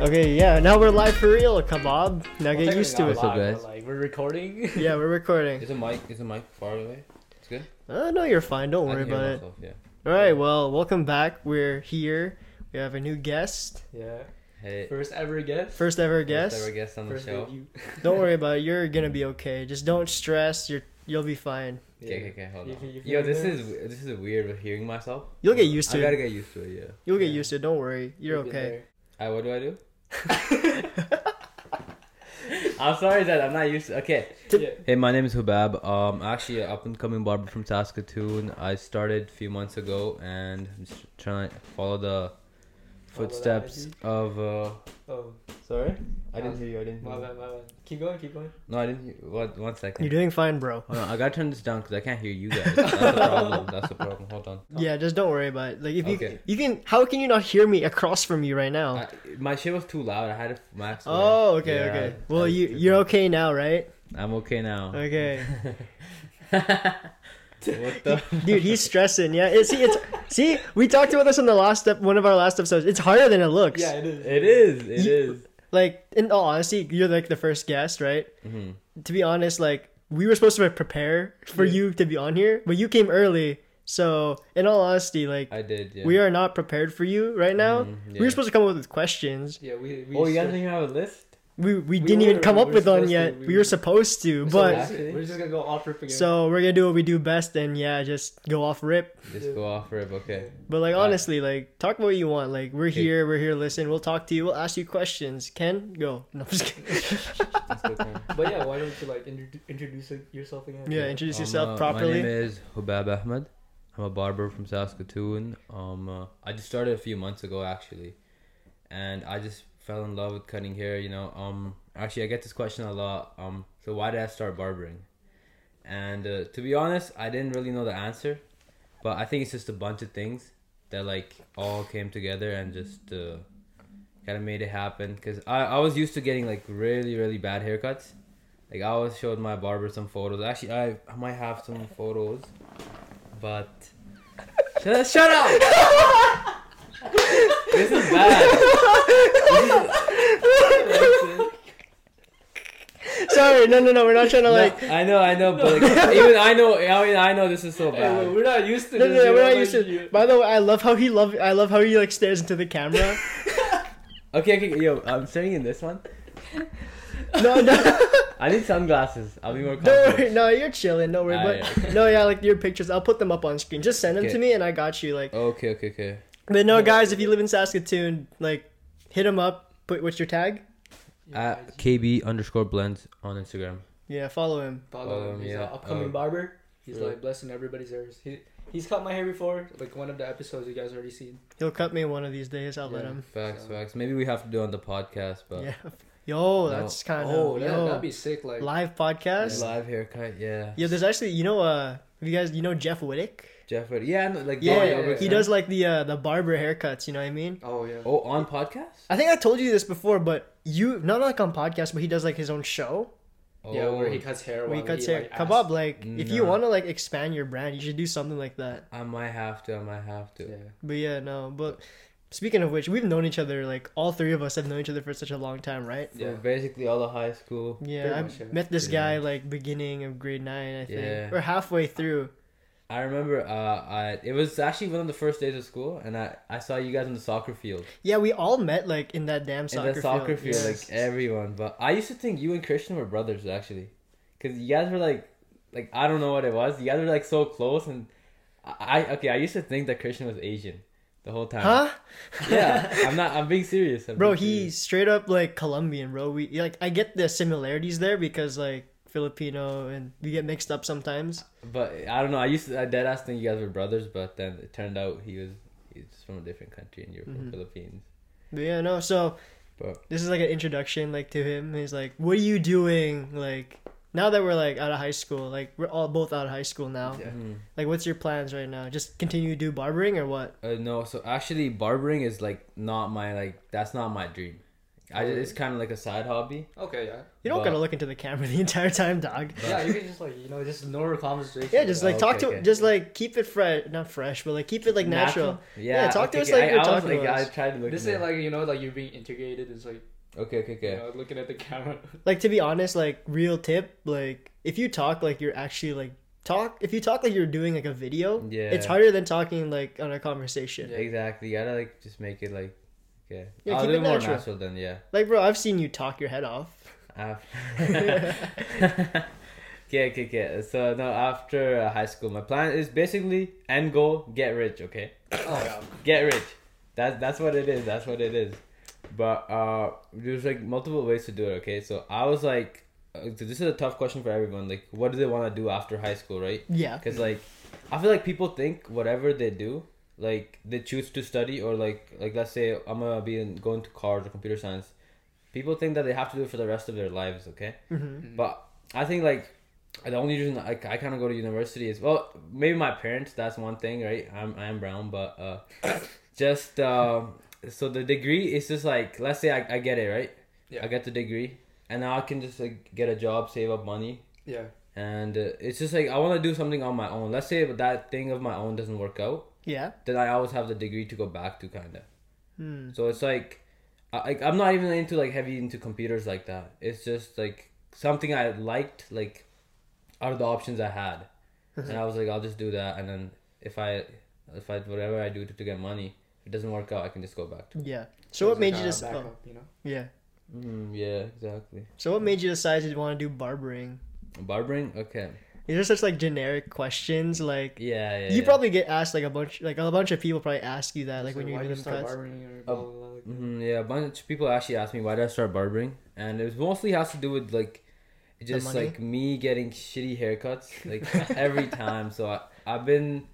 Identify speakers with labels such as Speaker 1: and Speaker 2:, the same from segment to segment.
Speaker 1: Okay, yeah. Now we're live for real, Kebab. Now get used to it.
Speaker 2: What's up, guys?
Speaker 3: Like we're recording.
Speaker 1: Yeah, we're recording.
Speaker 2: Is the mic is the mic far away? It's good.
Speaker 1: Uh, no, you're fine. Don't
Speaker 2: I
Speaker 1: worry
Speaker 2: can hear
Speaker 1: about it.
Speaker 2: myself, Yeah.
Speaker 1: All right. Well, welcome back. We're here. We have a new guest.
Speaker 3: yeah.
Speaker 2: Hey.
Speaker 3: First ever guest.
Speaker 1: First ever
Speaker 2: first
Speaker 1: guest.
Speaker 2: ever guest on the
Speaker 3: First
Speaker 2: show.
Speaker 3: debut.
Speaker 1: Don't worry about it. You're gonna be okay. Just don't stress. You're you'll be fine.
Speaker 3: Yeah.
Speaker 2: Okay, okay, okay, hold
Speaker 3: You
Speaker 2: on.
Speaker 3: feel- you
Speaker 2: Yo,
Speaker 3: feeling
Speaker 2: this
Speaker 3: nervous?
Speaker 2: is this is weird with hearing myself.
Speaker 1: You'll get used to
Speaker 2: I
Speaker 1: it.
Speaker 2: gotta get used to it. Yeah.
Speaker 1: You'll get
Speaker 3: Yeah.
Speaker 1: used to it. Don't worry. You're
Speaker 3: We'll get
Speaker 1: okay.
Speaker 2: Alright, what do I do? I'm sorry that I'm not used to. Okay.
Speaker 3: there. Yeah.
Speaker 2: Hey, my name is Hubab. Um, actually, an up and coming barber from Saskatoon. I started a few months ago, and I'm just trying to follow the
Speaker 3: Follow the
Speaker 2: footsteps
Speaker 3: IG?
Speaker 2: of. Uh,
Speaker 3: Oh,
Speaker 2: sorry,
Speaker 1: Mm-hmm.
Speaker 3: I didn't hear
Speaker 2: you. I didn't.
Speaker 3: my bad, my bad. Keep going, keep going.
Speaker 2: No, I didn't. Hear, what? One second.
Speaker 1: You're doing fine, bro.
Speaker 2: Hold on, I gotta turn this down because I can't hear you guys. That's the problem. That's the problem. Hold on.
Speaker 1: Yeah, just don't worry about it. Like if you
Speaker 2: Okay.
Speaker 1: you can, how can you not hear me across from you right now?
Speaker 2: I, my shit was too loud. I had it maxed. away.
Speaker 1: oh, okay,
Speaker 2: Yeah,
Speaker 1: okay.
Speaker 2: I-
Speaker 1: Well,
Speaker 2: I-
Speaker 1: you you're okay now, right?
Speaker 2: I'm okay now.
Speaker 1: Okay.
Speaker 2: what the?
Speaker 1: Dude, he's stressing. Yeah, it, see, it's see. We talked about this on the last step, one of our last episodes. It's harder than it looks.
Speaker 3: Yeah, it is.
Speaker 2: It is. It
Speaker 1: You-
Speaker 2: is.
Speaker 1: Like in all honesty, you're like the first guest, right?
Speaker 2: Mhm.
Speaker 1: To be honest, like we were supposed to prepare for
Speaker 3: Yeah.
Speaker 1: you to be on here, but you came early. So in all honesty, like
Speaker 2: I did. Yeah.
Speaker 1: we are not prepared for you right now.
Speaker 3: Mm-hmm.
Speaker 2: Mhm,
Speaker 1: We
Speaker 2: yeah.
Speaker 1: were supposed to come up with questions.
Speaker 3: Yeah, we. we
Speaker 2: Oh, you guys
Speaker 3: should-
Speaker 2: didn't even have a list.
Speaker 1: We
Speaker 3: We
Speaker 1: we, didn't even
Speaker 3: were-
Speaker 1: come
Speaker 3: we
Speaker 1: up
Speaker 3: were
Speaker 1: with one
Speaker 3: supposed to,
Speaker 1: yet.
Speaker 3: we
Speaker 1: we were
Speaker 3: were-
Speaker 1: supposed to,
Speaker 3: So
Speaker 1: but
Speaker 3: we're just- we're just gonna go off rip again.
Speaker 1: so we're gonna do what we do best and yeah, just go off rip.
Speaker 2: Just go off rip. Okay.
Speaker 1: But like
Speaker 2: Right.
Speaker 1: honestly, like talk about what you want. Like we're
Speaker 2: Okay.
Speaker 1: here, we're here. to Listen, we'll talk to you. We'll ask you questions. Ken, go. No, I'm just kidding.
Speaker 2: Let's go, Cam.
Speaker 3: But yeah, why don't you like introdu- introduce yourself again?
Speaker 1: yeah, introduce
Speaker 2: Um,
Speaker 1: yourself
Speaker 2: uh, My
Speaker 1: properly.
Speaker 2: name is Hubab Ahmed. I'm a barber from Saskatoon. Um, uh, I just started a few months ago actually, and I just fell in love with cutting hair. You know, um, actually I get this question a lot. Um, so why did I start barbering? And uh, to be honest, I didn't really know the answer, but I think it's just a bunch of things that like all came together and just uh, kind of made it happen. Cause I I was used to getting like really really bad haircuts. Like I always showed my barber some photos. Actually, I, I might have some photos, but shut, shut up. this is bad.
Speaker 1: Sorry, no, no, no. We're not trying to like.
Speaker 2: I know, I know, but like, even I know, I mean, I know this is so
Speaker 3: Hey, well,
Speaker 2: bad.
Speaker 3: we're not used to
Speaker 1: No,
Speaker 3: this.
Speaker 1: no,
Speaker 3: you
Speaker 1: no,
Speaker 3: know,
Speaker 1: we're not
Speaker 3: like,
Speaker 1: used to.
Speaker 3: you-
Speaker 1: By the way, I love how he love. I love how he like stares into the camera.
Speaker 2: Okay, okay, yo, I'm staring in this one.
Speaker 1: no, no,
Speaker 2: I need sunglasses. I'll be more
Speaker 1: don't worry.
Speaker 2: confident.
Speaker 1: No, you're chilling. Don't worry.
Speaker 2: Ah,
Speaker 1: But no, yeah, like your pictures. I'll put them up on screen. Just send them to
Speaker 2: Okay.
Speaker 1: me, and I got you. Like,
Speaker 2: Okay, okay, okay.
Speaker 1: but no, guys, if you live in Saskatoon, like, hit him up. Put what's your tag?
Speaker 3: Yeah,
Speaker 1: Ah.
Speaker 2: At KB underscore blends on Instagram.
Speaker 1: Yeah, follow him.
Speaker 3: Follow him.
Speaker 2: Um,
Speaker 3: He's
Speaker 2: yeah,
Speaker 3: an upcoming
Speaker 1: Oh.
Speaker 2: um,
Speaker 3: barber. He's
Speaker 2: yeah.
Speaker 3: like blessing everybody's ears. He he's cut my hair before, like one of the episodes you guys already seen.
Speaker 1: He'll cut me one of these days. I'll let
Speaker 3: Yeah.
Speaker 1: him.
Speaker 2: Facts,
Speaker 3: So-
Speaker 2: facts. Maybe we have to do it on the podcast, but
Speaker 1: Yeah. Yo,
Speaker 2: No.
Speaker 1: that's kind of
Speaker 3: Oh, that,
Speaker 1: yo,
Speaker 3: that'd be sick. Like,
Speaker 1: live podcast.
Speaker 2: live haircut, yeah.
Speaker 1: Yo, there's actually you know uh you guys you know Jeff Wittick?
Speaker 2: Jeff, Wood- yeah, no, like
Speaker 1: Yeah,
Speaker 2: Bob
Speaker 3: Oh, yeah, yeah.
Speaker 2: Obergson.
Speaker 1: he does like the uh the barber haircuts, you know what I mean?
Speaker 3: oh yeah.
Speaker 2: Oh, on podcast?
Speaker 1: I think I told you this before, but you not like on podcast, but he does like his own show
Speaker 3: Yeah, where he
Speaker 2: Oh,
Speaker 3: cuts hair.
Speaker 1: where he
Speaker 3: while
Speaker 1: cuts hair.
Speaker 3: like,
Speaker 1: Kebab, like if you
Speaker 2: Nah.
Speaker 1: want to like expand your brand, you should do something like that.
Speaker 2: I might have to. I might have
Speaker 3: asks-
Speaker 2: to.
Speaker 1: But yeah, no, but speaking of which, we've known each other like all three of us have known each other for such a long time, right?
Speaker 2: Yeah. basically all the high school.
Speaker 1: Yeah,
Speaker 3: Pretty
Speaker 1: I
Speaker 3: much, yeah.
Speaker 1: met this
Speaker 2: Pretty
Speaker 1: guy like beginning of grade nine, I think,
Speaker 2: Yeah.
Speaker 1: or halfway through.
Speaker 2: I remember. Uh, I it was actually one of the first days of school, and I I saw you guys on the soccer field.
Speaker 1: Yeah, we all met like in that damn soccer
Speaker 2: in the soccer
Speaker 1: field.
Speaker 2: field, like everyone. But I used to think you and Christian were brothers actually, because you guys were like, like I don't know what it was. You guys were like so close, and I I- okay. I used to think that Christian was Asian the whole time.
Speaker 1: Huh?
Speaker 2: Yeah, I'm not. I'm being serious. I'm
Speaker 1: Bro,
Speaker 2: being
Speaker 1: he
Speaker 2: serious.
Speaker 1: straight up like Colombian, bro. We like I get the similarities there because like Filipino and we get mixed up sometimes.
Speaker 2: But I don't know. I used to I dead ass think you guys were brothers, but then it turned out he was he's from a different country, and you're
Speaker 1: Mhm.
Speaker 2: from Philippines.
Speaker 1: But yeah, no. So
Speaker 2: But
Speaker 1: this is like an introduction like to him. He's like, "What are you doing?" Like now that we're like out of high school, like we're all both out of high school now.
Speaker 3: Yeah.
Speaker 2: Mhm.
Speaker 1: Like, what's your plans right now? Just continue to do barbering or what?
Speaker 2: Uh, no, so actually, barbering is like not my like that's not my dream. I just, it's kind of like a side hobby.
Speaker 3: Okay, yeah.
Speaker 1: You don't
Speaker 2: But-
Speaker 1: gotta look into the camera the entire time, dog.
Speaker 3: Yeah, you can just like you know just ignore conversation.
Speaker 1: Yeah, just like
Speaker 2: Okay,
Speaker 1: talk to,
Speaker 2: okay.
Speaker 1: just like keep it fresh, not fresh, but like keep it like natural.
Speaker 2: Yeah,
Speaker 1: Yeah, talk to
Speaker 2: okay,
Speaker 1: us like
Speaker 2: okay.
Speaker 1: you're
Speaker 2: I, I was
Speaker 1: talking to
Speaker 2: like,
Speaker 1: us.
Speaker 2: I tried to look.
Speaker 3: this
Speaker 2: in
Speaker 3: ain't
Speaker 2: there.
Speaker 3: like you know like you're being integrated. It's like
Speaker 2: okay,
Speaker 3: you
Speaker 2: okay, okay.
Speaker 3: know, looking at the camera.
Speaker 1: Like to be honest, like real tip, like if you talk like you're actually like talk, if you talk like you're doing like a video,
Speaker 2: Yeah.
Speaker 1: it's harder than talking like on a conversation.
Speaker 3: Yeah.
Speaker 2: Exactly. You gotta like just make it like okay.
Speaker 1: Yeah,
Speaker 2: I'll
Speaker 1: keep
Speaker 2: do
Speaker 1: it
Speaker 2: more
Speaker 1: natural.
Speaker 2: natural then. Yeah.
Speaker 1: Like bro, I've seen you talk your head off.
Speaker 2: After. okay, okay, okay. So no, after uh, high school, my plan is basically end goal get rich. Okay,
Speaker 3: oh yeah.
Speaker 2: get rich. That's that's what it is. That's what it is. But uh, there's like multiple ways to do it. Okay, so I was like, uh, this is a tough question for everyone. Like, what do they want to do after high school, right?
Speaker 1: Yeah.
Speaker 2: Because like, I feel like people think whatever they do, like they choose to study or like like let's say I'm gonna be in, going to college or computer science. People think that they have to do it for the rest of their lives. Okay,
Speaker 1: hmm
Speaker 2: but I think like the only reason I, I kind of go to university is well maybe my parents. That's one thing, right? I'm I'm brown, but uh, just um, so the degree is just like let's say I, I get it right.
Speaker 3: Yeah.
Speaker 2: I get the degree, and now I can just like get a job, save up money,
Speaker 3: Yeah.
Speaker 2: and uh, it's just like I want to do something on my own. Let's say that thing of my own doesn't work out,
Speaker 1: Yeah.
Speaker 2: then I always have the degree to go back to, kind of.
Speaker 1: Hmm.
Speaker 2: So it's like, I, like I'm not even into like heavy into computers like that. It's just like something I liked, like out of the options I had, and I was like, I'll just do that, and then if I, if I whatever I do to, to get money, if it doesn't work out, I can just go back.
Speaker 1: Yeah. So what
Speaker 3: It's
Speaker 1: made
Speaker 3: like
Speaker 1: you
Speaker 3: a
Speaker 1: just? Oh,
Speaker 3: backup, you know?
Speaker 1: yeah.
Speaker 2: Mm, yeah, exactly.
Speaker 1: So what made you decide you want to do barbering?
Speaker 2: Barbering, okay.
Speaker 1: These are such like generic questions. Like
Speaker 2: Yeah, yeah.
Speaker 1: you
Speaker 2: yeah.
Speaker 1: probably get asked like a bunch, like a bunch of people probably ask you that, like
Speaker 3: It's
Speaker 1: when you're
Speaker 3: why do you
Speaker 1: doing
Speaker 3: start
Speaker 1: cuts. Oh. Mm-hmm.
Speaker 3: barbering or blah, blah, blah, like-
Speaker 2: hmm yeah, a bunch of people actually asked me why did I start barbering, and it was mostly has to do with like, just
Speaker 1: money?
Speaker 2: like me getting shitty haircuts like every time. So I I've been,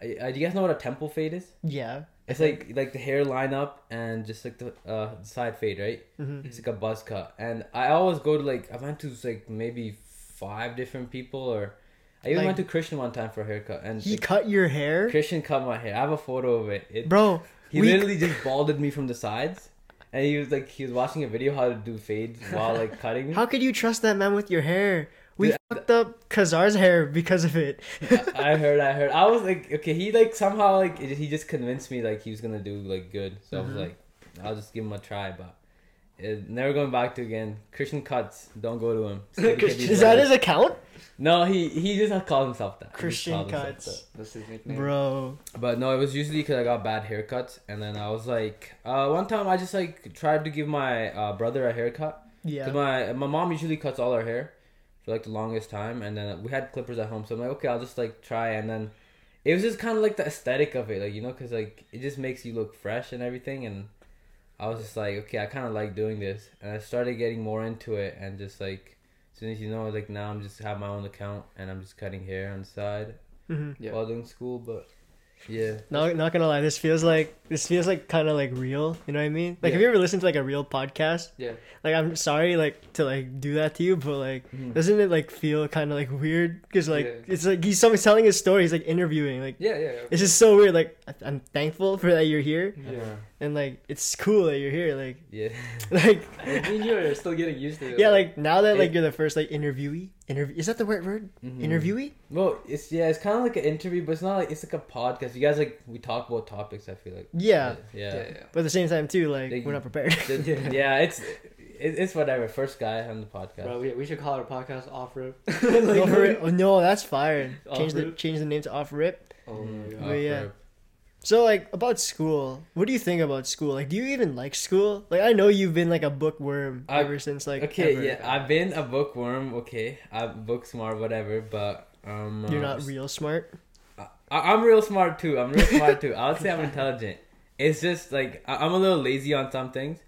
Speaker 2: I, I, do you guys know what a temple fade is?
Speaker 1: Yeah.
Speaker 2: It's
Speaker 1: Mm-hmm.
Speaker 2: like like the hair line up and just like the uh side fade, right?
Speaker 1: hmm
Speaker 2: It's like a buzz cut, and I always go to like I went to like maybe five different people, or I even
Speaker 1: Like-
Speaker 2: went to Christian one time for a haircut, and
Speaker 1: He
Speaker 2: like,
Speaker 1: cut your hair,
Speaker 2: Christian cut my hair. I have a photo of it. It
Speaker 1: bro.
Speaker 2: he
Speaker 1: we-
Speaker 2: literally just balded me from the sides, and he was like, he was watching a video how to do fades while like cutting me.
Speaker 1: How could you trust that man with your hair? We
Speaker 2: Dude,
Speaker 1: fucked up Kazar's hair because of it.
Speaker 2: I heard, I heard. I was like, okay, he like somehow like it- he just convinced me like he was gonna do like good. So I was
Speaker 1: Mm-hmm.
Speaker 2: like, I'll just give him a try, but it, never going back to again. Christian cuts, don't go to him. Stay with
Speaker 3: Christian-
Speaker 2: Kitty
Speaker 1: Is that
Speaker 2: Brothers.
Speaker 1: his account,
Speaker 2: No, he he just called himself that. He just
Speaker 1: Christian
Speaker 2: called himself
Speaker 1: Cuts.
Speaker 3: That's his nickname.
Speaker 1: bro?
Speaker 2: But no, it was usually because I got bad haircuts, and then I was like, uh, one time I just like tried to give my uh, brother a haircut. Cause
Speaker 1: Yeah.
Speaker 2: my my mom usually cuts all our hair for like the longest time, and then we had clippers at home, so I'm like, okay, I'll just like try, and then it was just kind of like the aesthetic of it, like you know, cause like it just makes you look fresh and everything, and I was just like, okay, I kind of like doing this, and I started getting more into it, and just like as soon as you know, like now I'm just have my own account, and I'm just cutting hair on the side
Speaker 1: hmm
Speaker 3: Yeah.
Speaker 2: while doing school, but yeah,
Speaker 1: No, not gonna lie. This feels like this feels like kind of like real. You know what I mean? Like, have
Speaker 3: Yeah.
Speaker 1: you ever listened to like a real podcast?
Speaker 3: Yeah.
Speaker 1: Like, I'm sorry, like to like do that to you, but like,
Speaker 2: Mhm.
Speaker 1: doesn't it like feel kind of like weird? Because like
Speaker 3: Mm-hmm. Yeah.
Speaker 1: it's like he's someone's telling his story. He's like interviewing. Like,
Speaker 3: Yeah, yeah, yeah.
Speaker 1: it's just so weird. Like, I- I'm thankful for that you're here,
Speaker 3: Yeah.
Speaker 1: and like it's cool that you're here. Like,
Speaker 2: yeah,
Speaker 1: like
Speaker 3: Me and you are still getting used to it.
Speaker 1: yeah, like now that like
Speaker 2: It-
Speaker 1: you're the first like interviewee. Interview is that the right word?
Speaker 2: Mhm.
Speaker 1: Interviewee.
Speaker 2: Well, it's yeah, it's kind of like an interview, but it's not like it's like a podcast. You guys like we talk about topics. I feel like
Speaker 1: Yeah.
Speaker 3: yeah,
Speaker 2: yeah.
Speaker 3: yeah. yeah.
Speaker 1: But at the same time too, like
Speaker 2: Like-
Speaker 1: we're not prepared.
Speaker 2: The- yeah. it's it, it's whatever. First guy on the podcast.
Speaker 3: Bro, we, we should call our podcast off rip.
Speaker 1: no, for it- oh, no, that's fire.
Speaker 3: Off
Speaker 1: Change the
Speaker 3: rip?
Speaker 1: change the name to off rip.
Speaker 3: Oh my
Speaker 2: Mm,
Speaker 3: god.
Speaker 1: But yeah.
Speaker 2: awkward.
Speaker 1: So like about school, what do you think about school? Like, do you even like school? Like, I know you've been like a bookworm
Speaker 2: I-
Speaker 1: ever since like.
Speaker 2: okay,
Speaker 1: ever.
Speaker 2: yeah, I've been a bookworm. Okay, I'm book smart, whatever. But um,
Speaker 1: You're
Speaker 2: uh,
Speaker 1: not real smart.
Speaker 2: I, I'm real smart too. I'm real smart too. I would say I'm intelligent. It's just like I, I'm a little lazy on some things,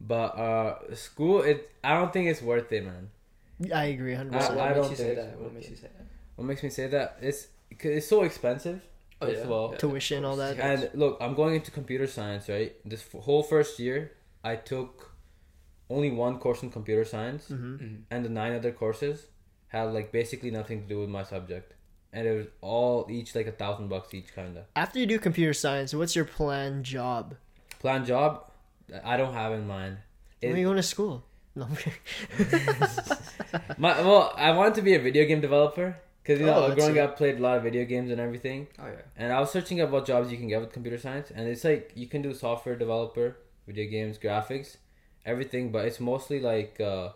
Speaker 2: but uh, school. It I don't think it's worth it, man.
Speaker 1: I agree, hundred
Speaker 3: So what
Speaker 1: percent.
Speaker 2: I- I
Speaker 3: makes
Speaker 2: don't
Speaker 3: you say
Speaker 2: think it's
Speaker 3: that? What
Speaker 2: worth
Speaker 3: makes
Speaker 2: it.
Speaker 3: you say that?
Speaker 2: What makes me say that? It's 'cause it's so expensive.
Speaker 3: Oh,
Speaker 2: First
Speaker 3: yeah.
Speaker 2: of all,
Speaker 3: Yeah.
Speaker 1: Tuition, all that.
Speaker 2: And look, I'm going into computer science, right? This f- whole first year, I took only one course in computer science,
Speaker 1: hmm
Speaker 3: Mhm.
Speaker 2: and the nine other courses had like basically nothing to do with my subject, and it was all each like a thousand bucks each, kinda.
Speaker 1: After you do computer science, what's your plan job?
Speaker 2: Plan job, I don't have in mind.
Speaker 1: When are you
Speaker 2: It,
Speaker 1: going to school? No, I'm kidding.
Speaker 2: my, well, I wanted to be a video game developer because you know
Speaker 1: Oh, that's
Speaker 2: growing
Speaker 1: it.
Speaker 2: up played a lot of video games and everything.
Speaker 3: Oh yeah.
Speaker 2: And I was searching up what jobs you can get with computer science, and it's like you can do software developer, video games, graphics, everything. But it's mostly like uh,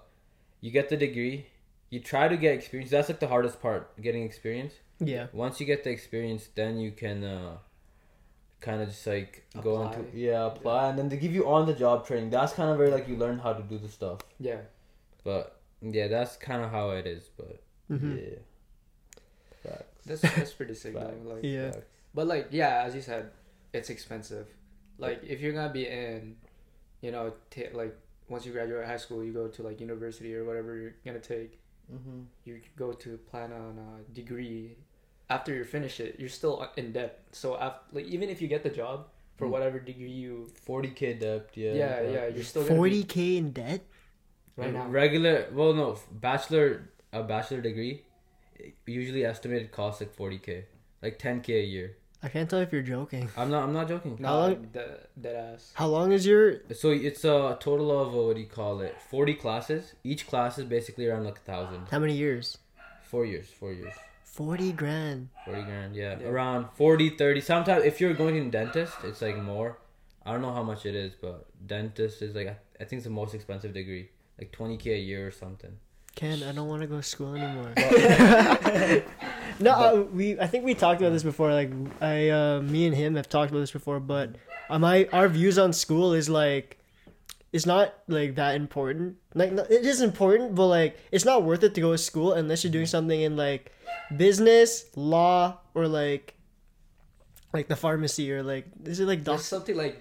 Speaker 2: you get the degree, you try to get experience. That's like the hardest part, getting experience.
Speaker 1: Yeah.
Speaker 2: Once you get the experience, then you can uh, kind of just like go
Speaker 3: Apply.
Speaker 2: into yeah apply, and then they give you on the job training. That's kind of where like you learn how to do the stuff.
Speaker 3: Yeah.
Speaker 2: But yeah, that's kind of how it is. But
Speaker 1: Mhm.
Speaker 2: yeah, facts.
Speaker 3: That's that's pretty sick though.
Speaker 2: Facts.
Speaker 3: Like
Speaker 1: Yeah.
Speaker 2: Facts.
Speaker 3: But like yeah, as you said, it's expensive. Like if you're gonna be in, you know, ta like once you graduate high school, you go to like university or whatever you're gonna take.
Speaker 2: Mm-hmm.
Speaker 3: You go to plan on a degree. After you finish it, you're still in debt. So after, like even if you get the job for
Speaker 2: Mm.
Speaker 3: whatever degree you,
Speaker 2: Forty k debt. Yeah.
Speaker 3: yeah, yeah,
Speaker 2: facts.
Speaker 3: you're still gonna be,
Speaker 1: Forty k in debt.
Speaker 3: right now.
Speaker 2: Regular, well, no, f- bachelor, a bachelor degree, usually estimated cost like forty k, like ten k a year.
Speaker 1: I can't tell if you're joking.
Speaker 2: I'm not, I'm not joking.
Speaker 1: How
Speaker 3: Nah,
Speaker 1: long-
Speaker 3: that that ass.
Speaker 1: How long is your?
Speaker 2: So it's a total of uh, what do you call it? Forty classes. Each class is basically around like a thousand.
Speaker 1: How many years?
Speaker 2: Four years, four years,
Speaker 1: Forty grand.
Speaker 2: forty grand. Yeah,
Speaker 3: Yeah.
Speaker 2: around 40, 30. Sometimes if you're going to the dentist, it's like more. I don't know how much it is, but dentist is like I I think it's the most expensive degree, like twenty k a year or something.
Speaker 1: Ken, I don't want to go to school anymore. no, uh, we. I think we talked about this before. Like, I, uh, me and him have talked about this before. But uh, my our views on school is like, it's not like that important. Like, no- it is important, but like, it's not worth it to go to school unless you're doing something in like business, law, or like, like the pharmacy or like is it like doc-
Speaker 3: There's something like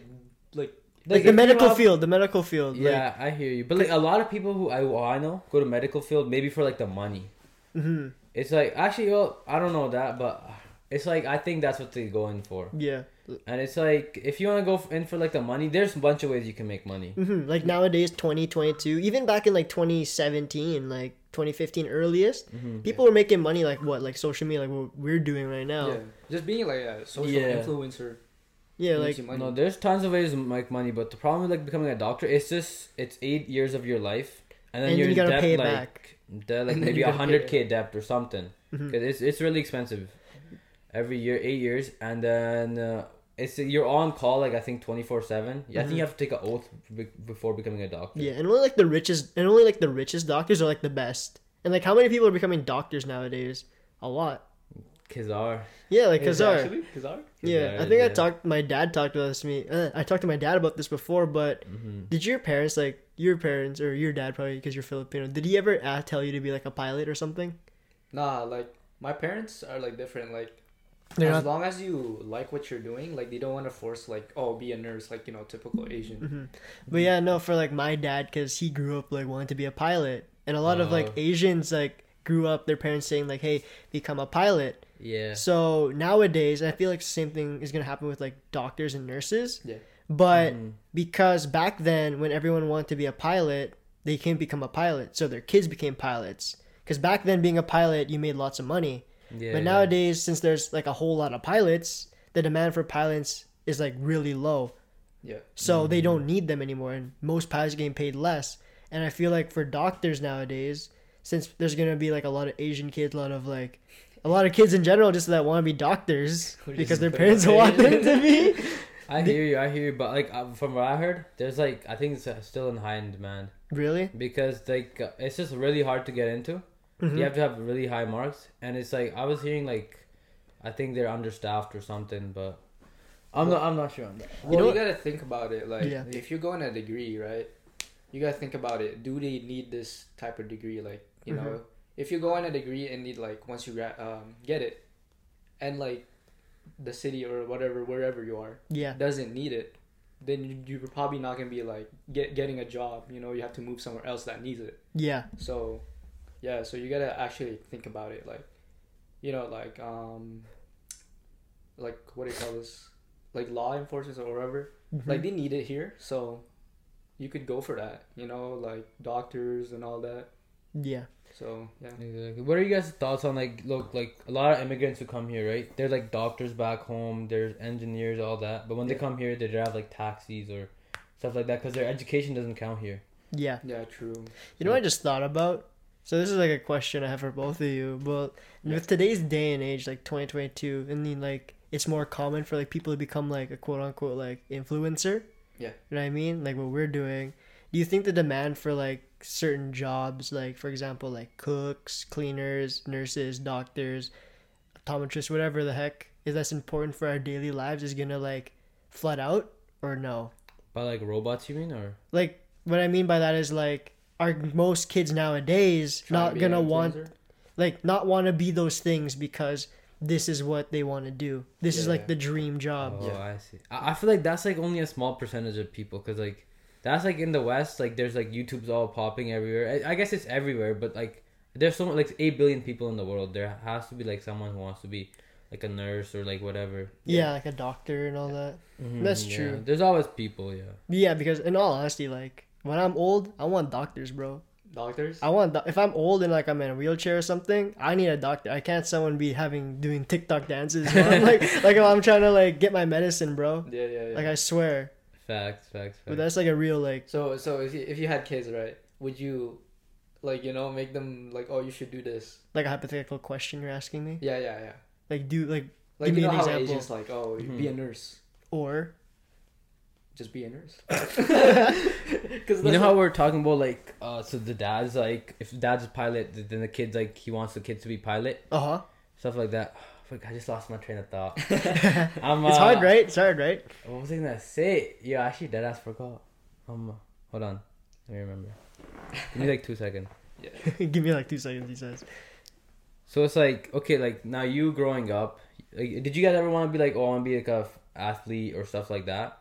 Speaker 3: like
Speaker 1: like
Speaker 2: if
Speaker 1: the
Speaker 2: you
Speaker 1: medical
Speaker 2: have-
Speaker 1: field, the medical field. like-
Speaker 2: Yeah, I hear you. But like a lot of people who I, well, I know go to medical field maybe for like the money.
Speaker 1: Mhm.
Speaker 2: It's like actually, well, I don't know that, but it's like I think that's what they go in for.
Speaker 1: yeah.
Speaker 2: And it's like if you want to go f- in for like the money, there's a bunch of ways you can make money.
Speaker 1: hmm Like nowadays, 2022, even back in like 2017, like 2015 earliest,
Speaker 2: Mm-hmm.
Speaker 1: people were making money like what, like social media, like what we're doing right now.
Speaker 3: yeah, just being like a social
Speaker 2: Yeah.
Speaker 3: influencer.
Speaker 1: Yeah,
Speaker 3: Makes
Speaker 1: like
Speaker 3: you money.
Speaker 2: No, there's tons of ways to make money, but the problem with like becoming a doctor, it's just it's eight years of your life, and then
Speaker 1: And
Speaker 2: you're
Speaker 1: then
Speaker 2: in
Speaker 1: you gotta
Speaker 2: debt
Speaker 1: pay it
Speaker 2: like
Speaker 1: back. Mm-hmm.
Speaker 2: debt, like
Speaker 3: And then
Speaker 2: maybe
Speaker 3: you
Speaker 2: a
Speaker 3: gotta pay it
Speaker 2: hundred k debt or something.
Speaker 1: Hmm.
Speaker 2: 'Cause it's it's really expensive every year, eight years, and then uh, it's you're on call like I think twenty four seven. I think you have to take an oath be- before becoming a doctor.
Speaker 1: Mm-hmm. yeah, and only like the richest, and only like the richest doctors are like the best. And like how many people are becoming doctors nowadays? A lot.
Speaker 2: Kizar.
Speaker 1: Yeah, like
Speaker 3: Is
Speaker 1: Kazar.
Speaker 3: actually Kazar.
Speaker 1: Yeah, I
Speaker 2: Kazar,
Speaker 1: think I
Speaker 2: yeah.
Speaker 1: talked. My dad talked about this to me. Uh, I talked to my dad about this before, but
Speaker 2: Mm-hmm.
Speaker 1: did your parents like your parents or your dad probably because you're Filipino? Did he ever uh, tell you to be like a pilot or something?
Speaker 3: Nah, like my parents are like different. Like
Speaker 1: They're
Speaker 3: as long
Speaker 1: not-
Speaker 3: as you like what you're doing, like they don't want to force like oh be a nurse like you know typical Asian.
Speaker 1: Mm-hmm. But yeah, no, for like my dad, because he grew up like wanting to be a pilot, and a lot of like
Speaker 2: Oh.
Speaker 1: Asians like grew up their parents saying like, "Hey, become a pilot."
Speaker 2: Yeah.
Speaker 1: So nowadays, I feel like the same thing is gonna happen with like doctors and nurses.
Speaker 3: Yeah.
Speaker 1: But because back then, when everyone wanted to be a pilot, they can't become a pilot, so their kids became pilots. Because back then, being a pilot, you made lots of money.
Speaker 2: Yeah.
Speaker 1: But nowadays, since there's like a whole lot of pilots, the demand for pilots is like really low
Speaker 3: Yeah,
Speaker 1: so they
Speaker 3: Mm.
Speaker 1: don't need them anymore and most pilots are getting paid less and i feel like for doctors nowadays since there's gonna be like a lot of asian kids a lot of like a lot of kids in general just that want to be doctors
Speaker 3: Who just
Speaker 1: because their
Speaker 3: don't
Speaker 1: parents
Speaker 3: pay.
Speaker 1: want them to be
Speaker 2: I hear you. I hear you. But like uh, from what I heard, there's like I think it's uh, still in high end demand
Speaker 1: really
Speaker 2: because like uh, it's just really hard to get into.
Speaker 1: Mm-hmm.
Speaker 2: You have to have really high marks, and it's like I was hearing like I think they're understaffed or something, but I'm not. I'm not sure on that.
Speaker 3: well
Speaker 1: know
Speaker 3: you,
Speaker 1: what-
Speaker 3: gotta think about it. Like
Speaker 1: Yeah.
Speaker 3: if you're going a degree, right? You gotta think about it. Do they need this type of degree? Like you
Speaker 1: Mm-hmm.
Speaker 3: know, if you go on a degree and need like once you gra- um, get it, and like the city or whatever wherever you are
Speaker 1: yeah
Speaker 3: doesn't need it, then you- you're probably not gonna be like get getting a job. You know, you have to move somewhere else that needs it.
Speaker 1: yeah
Speaker 3: So, yeah, so you gotta actually think about it, like, you know, like um, like what do you call this? Like law enforcement or whatever.
Speaker 1: Mm-hmm.
Speaker 3: Like they need it here, so you could go for that. You know, like doctors and all that.
Speaker 1: Mm-hmm. yeah
Speaker 3: So yeah,
Speaker 2: Exactly. What are you guys' thoughts on like look like a lot of immigrants who come here, right? They're like doctors back home, they're engineers, all that. But when they
Speaker 3: Yeah.
Speaker 2: come here, they drive like taxis or stuff like that because their education doesn't count here.
Speaker 1: Yeah.
Speaker 3: Yeah, true.
Speaker 1: You know what I just thought about? So this is like a question I have for both of you, but with today's day and age, like 2022, and then like it's more common for like people to become like a quote unquote like influencer.
Speaker 3: Yeah.
Speaker 1: You know what I mean? Like what we're doing. Do you think the demand for like certain jobs, like for example, like cooks, cleaners, nurses, doctors, optometrists, whatever the heck, is that's important for our daily lives is gonna like flood out or no?
Speaker 2: By like robots, you mean, or
Speaker 1: like what I mean by that is like are most kids nowadays
Speaker 3: Trying to
Speaker 1: not
Speaker 3: be
Speaker 1: gonna
Speaker 3: an
Speaker 1: want
Speaker 3: influencer?
Speaker 1: like not want to be those things because this is what they want to do. This is
Speaker 3: Yeah.
Speaker 1: like the dream job.
Speaker 2: Oh,
Speaker 3: Um, Yeah.
Speaker 2: I see. I, I feel like that's like only a small percentage of people because like that's like in the West, like there's like YouTube's all popping everywhere. I, I guess it's everywhere, but like there's so much like eight billion people in the world. There has to be like someone who wants to be like a nurse or like whatever. Mm-hmm.
Speaker 1: Yeah, like a doctor and all that. That's
Speaker 2: Yeah.
Speaker 1: true.
Speaker 2: There's always people. Yeah.
Speaker 1: Yeah, because in all honesty, like when I'm old, I want doctors, bro.
Speaker 3: Doctors?
Speaker 1: I want doc- if I'm old and like I'm in a wheelchair or something, I need a doctor. I can't someone be having doing TikTok dances. bro. I'm like like if I'm trying to like get my medicine, bro.
Speaker 3: Yeah, yeah, yeah.
Speaker 1: Like I swear,
Speaker 2: Facts. Facts.
Speaker 1: but
Speaker 2: Facts.
Speaker 1: that's like a real like
Speaker 3: So, so if you, if you had kids, right, would you, like, you know, make them like, oh, you should do this?
Speaker 1: like a hypothetical question you're asking me.
Speaker 3: Yeah, yeah, yeah.
Speaker 1: Like do like
Speaker 3: Like,
Speaker 1: Give
Speaker 3: you
Speaker 1: me
Speaker 3: know
Speaker 1: an
Speaker 3: how
Speaker 1: example. Mm-hmm.
Speaker 3: Asians like, oh, you be a nurse,
Speaker 1: or
Speaker 3: just be a nurse.
Speaker 2: You know how we're talking about like uh so the dad's like if the dad's a pilot th- then the kid's like he wants the kids to be pilot
Speaker 1: Uh huh.
Speaker 2: stuff like that. Fuck, I just lost my train of thought. I'm,
Speaker 1: It's
Speaker 2: uh,
Speaker 1: hard, right? It's hard, right?
Speaker 2: What was I gonna say? Yeah, I actually dead ass forgot. Um, hold on, let me remember. Give me like two seconds.
Speaker 1: Give me like two seconds, he says.
Speaker 2: So it's like okay, like now you growing up, like, did you guys ever want to be like, oh, I want to be like a f- athlete or stuff like that?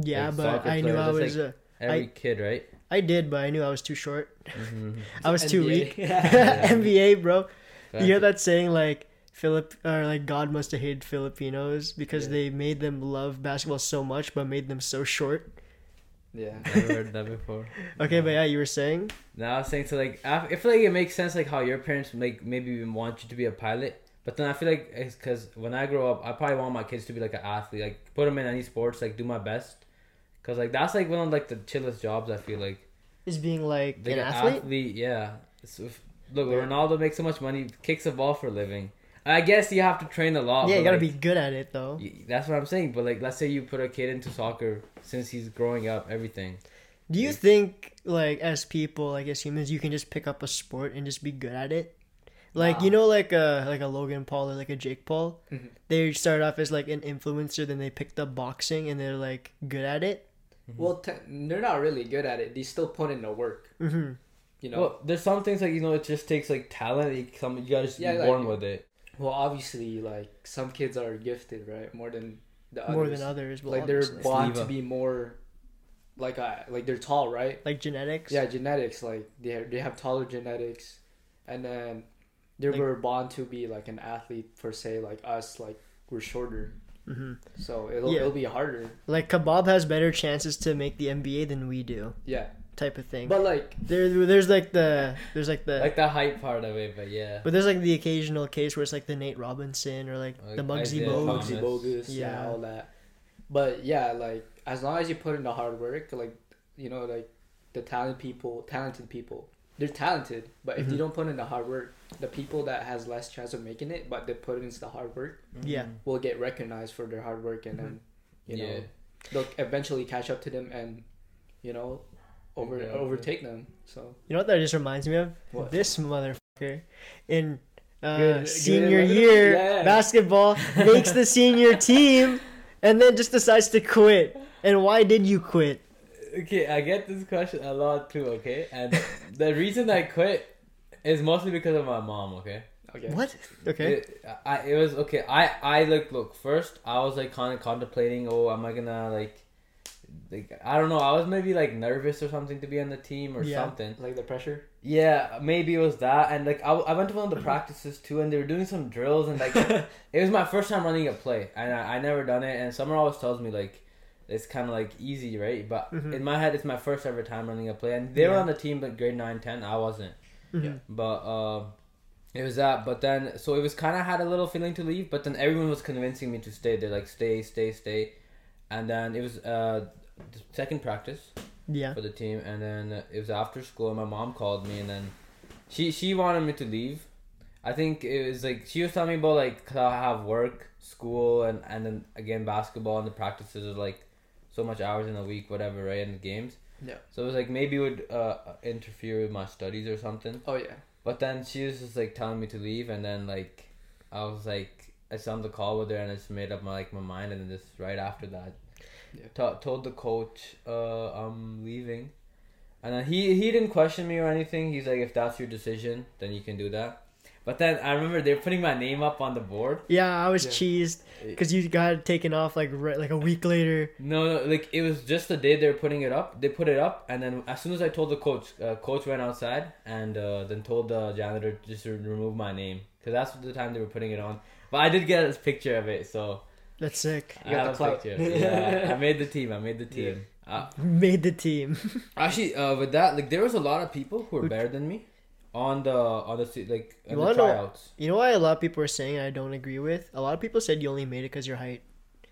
Speaker 1: Yeah,
Speaker 2: Like
Speaker 1: but
Speaker 2: soccer
Speaker 1: I knew
Speaker 2: player,
Speaker 1: I
Speaker 2: that's
Speaker 1: was. uh,
Speaker 2: Every
Speaker 1: I-
Speaker 2: kid, right?
Speaker 1: I did, but I knew I was too short.
Speaker 2: Mm-hmm.
Speaker 1: I was too
Speaker 3: NBA.
Speaker 1: weak. NBA, bro. You hear
Speaker 2: yeah,
Speaker 1: that saying like Philip or like God must have hated Filipinos because
Speaker 3: Yeah.
Speaker 1: they made them love basketball so much, but made them so short.
Speaker 3: yeah.
Speaker 2: never heard that before.
Speaker 1: Okay, but yeah, you were saying.
Speaker 2: Now I was saying so like I I feel like it makes sense like how your parents like maybe want you to be a pilot, but then I feel like it's because when I grow up, I probably want my kids to be like an athlete, like put them in any sports, like do my best, cause like that's like one of like the chillest jobs I feel like.
Speaker 1: Is being like
Speaker 2: Like
Speaker 1: an athlete?
Speaker 2: yeah. So if, look,
Speaker 1: Yeah.
Speaker 2: Ronaldo makes so much money, kicks a ball for a living. I guess you have to train a lot.
Speaker 1: yeah,
Speaker 2: but,
Speaker 1: you gotta
Speaker 2: like,
Speaker 1: be good at it though.
Speaker 2: y- That's what I'm saying, but like, let's say you put a kid into soccer since he's growing up, everything.
Speaker 1: Do you think like as people, like as humans, you can just pick up a sport and just be good at it? Like you know, like a like a Logan Paul or like a Jake Paul,
Speaker 3: Mhm.
Speaker 1: they started off as like an influencer, then they picked up boxing and they're like good at it.
Speaker 2: Mhm.
Speaker 3: Well, te- they're not really good at it. They still put in the work.
Speaker 1: hmm
Speaker 3: You know. Well,
Speaker 2: Well, there's some things like you know it just takes like talent. Like, some you gotta just
Speaker 3: Yeah,
Speaker 2: be
Speaker 3: like-
Speaker 2: born with it.
Speaker 3: obviously, like some kids are gifted, right? More than the others.
Speaker 1: More than others, well,
Speaker 3: Like they're
Speaker 1: obviously.
Speaker 3: born to
Speaker 2: Sleva.
Speaker 3: be more, like I like they're tall, right?
Speaker 1: like genetics.
Speaker 3: Yeah, genetics. Like they have, they have taller genetics, and then they
Speaker 1: Like-
Speaker 3: were born to be like an athlete per se. Like us, like we're shorter,
Speaker 1: hmm
Speaker 3: so it'll
Speaker 1: Yeah.
Speaker 3: it'll be harder.
Speaker 1: Like Kebab has better chances to make the NBA than we do,
Speaker 3: Yeah,
Speaker 1: type of thing.
Speaker 3: but like
Speaker 1: there, there's like the there's like the
Speaker 2: Like the hype part of it, but yeah.
Speaker 1: but there's like the occasional case where it's like the Nate Robinson or like, the
Speaker 2: Like
Speaker 1: Muggsy
Speaker 2: Isaiah
Speaker 1: Bogues.
Speaker 2: Thomas.
Speaker 3: Muggsy bogus, yeah.
Speaker 1: Yeah.
Speaker 3: all that. But yeah, like as long as you put in the hard work, like you know, like the talent people, talented people, they're talented. But
Speaker 2: Mm-hmm.
Speaker 3: if you don't put in the hard work, the people that has less chance of making it, but they put in the hard work,
Speaker 1: Yeah.
Speaker 3: will get recognized for their hard work and then you know
Speaker 2: Mm-hmm. Yeah.
Speaker 3: they'll eventually catch up to them and you know over
Speaker 2: Yeah.
Speaker 3: overtake them so
Speaker 1: You know what that just reminds me of?
Speaker 3: What?
Speaker 1: This motherfucker in uh,
Speaker 3: Good- good
Speaker 1: senior
Speaker 3: little-
Speaker 1: year
Speaker 3: yeah.
Speaker 1: basketball makes the senior team and then just decides to quit. And why did you quit?
Speaker 2: Okay, I get this question a lot too. Okay, and the reason I quit is mostly because of my mom. Okay.
Speaker 3: okay
Speaker 1: What? Okay.
Speaker 2: It, I it was okay. I I like look first. I was like kind of contemplating. Oh, am I gonna like like I don't know. I was maybe like nervous or something to be on the team or
Speaker 1: Yeah.
Speaker 2: something.
Speaker 3: like the pressure
Speaker 2: Yeah, maybe it was that. And like I, I went to one of the practices too, and they were doing some drills, and like it was my first time running a play, and I, I never done it. And Summer always tells me like it's kind of like easy, right? But
Speaker 1: Mhm.
Speaker 2: in my head, it's my first ever time running a play, and they were
Speaker 1: Yeah.
Speaker 2: on the team like grade 9, 10. I wasn't.
Speaker 1: Mhm.
Speaker 3: yeah.
Speaker 2: But um, it was that. But then, so it was kind of had a little feeling to leave. But then everyone was convincing me to stay. They're like, stay, stay, stay. And then it was uh, the second practice,
Speaker 1: Yeah.
Speaker 2: for the team. And then uh, it was after school, and my mom called me, and then she she wanted me to leave. I think it was like she was telling me about like 'cause I have work, school, and and then again basketball and the practices of like so much hours in a week, whatever, right? And the games.
Speaker 3: Yeah.
Speaker 2: So it was like maybe it would uh, interfere with my studies or something.
Speaker 3: Oh yeah.
Speaker 2: But then she was just like telling me to leave, and then like I was like I was on the call with her, and I just made up my like my mind, and then just right after that,
Speaker 3: Yeah.
Speaker 2: to- told the coach uh, I'm leaving, and then he he didn't question me or anything. He's like, if that's your decision, then you can do that. But then I remember they're putting my name up on the board.
Speaker 1: Yeah, I was
Speaker 3: Yeah.
Speaker 1: cheesed because you got taken off like right, like a week later.
Speaker 2: No, no, like it was just the day they were putting it up. They put it up, and then as soon as I told the coach, uh, coach went outside and uh, then told the janitor just to remove my name because that's the time they were putting it on. But I did get a picture of it, so
Speaker 1: That's sick.
Speaker 3: You got
Speaker 2: I
Speaker 3: the
Speaker 2: have a
Speaker 3: clout.
Speaker 2: picture. Yeah, I made the team. I made the team. Uh,
Speaker 1: Made the team.
Speaker 2: actually, uh, with that, like there was a lot of people who were better than me on the on the se- like
Speaker 1: You
Speaker 2: on the
Speaker 1: wanna know-
Speaker 2: tryouts.
Speaker 1: You know why a lot of people are saying I don't agree with? A lot of people said you only made it because your height.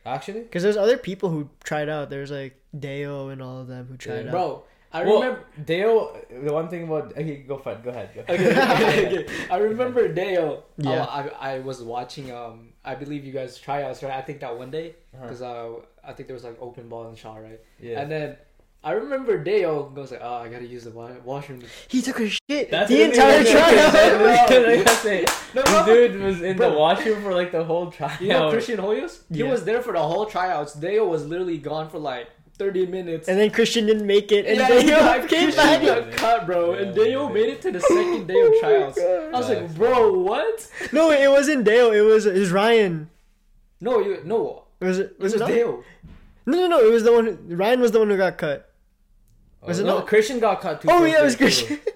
Speaker 2: Actually,
Speaker 1: Because there's other people who tried out. There's like Deo and all of them who tried
Speaker 2: Yeah.
Speaker 1: out.
Speaker 3: Bro, I
Speaker 2: well,
Speaker 3: remember.
Speaker 2: Dale. The one thing about okay, go ahead, go ahead. Go ahead.
Speaker 3: Okay, okay, okay. I remember Dale.
Speaker 1: Yeah.
Speaker 3: I, I, I was watching. Um, I believe you guys tryouts, right? I think that one day
Speaker 2: Uh-huh.
Speaker 3: because uh, I think there was like open ball and shot, right?
Speaker 2: Yeah.
Speaker 3: And then I remember Dale goes like, "Oh, I gotta use the wa- washroom."
Speaker 1: He took a shit
Speaker 2: That's
Speaker 1: the
Speaker 2: what they
Speaker 1: entire
Speaker 2: were
Speaker 1: tryout.
Speaker 2: saying. That's
Speaker 3: Bro.
Speaker 2: what they were saying.
Speaker 3: No,
Speaker 2: This
Speaker 3: no,
Speaker 2: dude was in the
Speaker 3: Bro.
Speaker 2: washroom for like the whole tryout.
Speaker 3: you know Christian Hoyos? He
Speaker 1: Yeah.
Speaker 3: was there for the whole tryouts. Dale was literally gone for like thirty minutes.
Speaker 1: And then Christian didn't make it, and
Speaker 3: yeah,
Speaker 1: Dale
Speaker 3: he got-
Speaker 1: came
Speaker 3: Christian
Speaker 1: back.
Speaker 2: Yeah.
Speaker 3: got cut, bro,
Speaker 2: Yeah,
Speaker 3: and Dale
Speaker 2: yeah.
Speaker 3: made it to the second day of tryouts. I was
Speaker 2: Nice.
Speaker 3: like, bro, what?
Speaker 1: No, it wasn't Dale. It was it was Ryan.
Speaker 3: No, you no,
Speaker 1: Was
Speaker 3: it
Speaker 1: it? Was it,
Speaker 3: was oh.
Speaker 1: not-
Speaker 3: Dale.
Speaker 1: No, no, no. It was the one. Who, Ryan was the one who got cut. Was it
Speaker 2: Oh, no,
Speaker 1: not-
Speaker 2: Christian got cut too.
Speaker 1: Oh yeah,
Speaker 2: first
Speaker 1: it was
Speaker 2: day,
Speaker 1: Christian.
Speaker 2: too.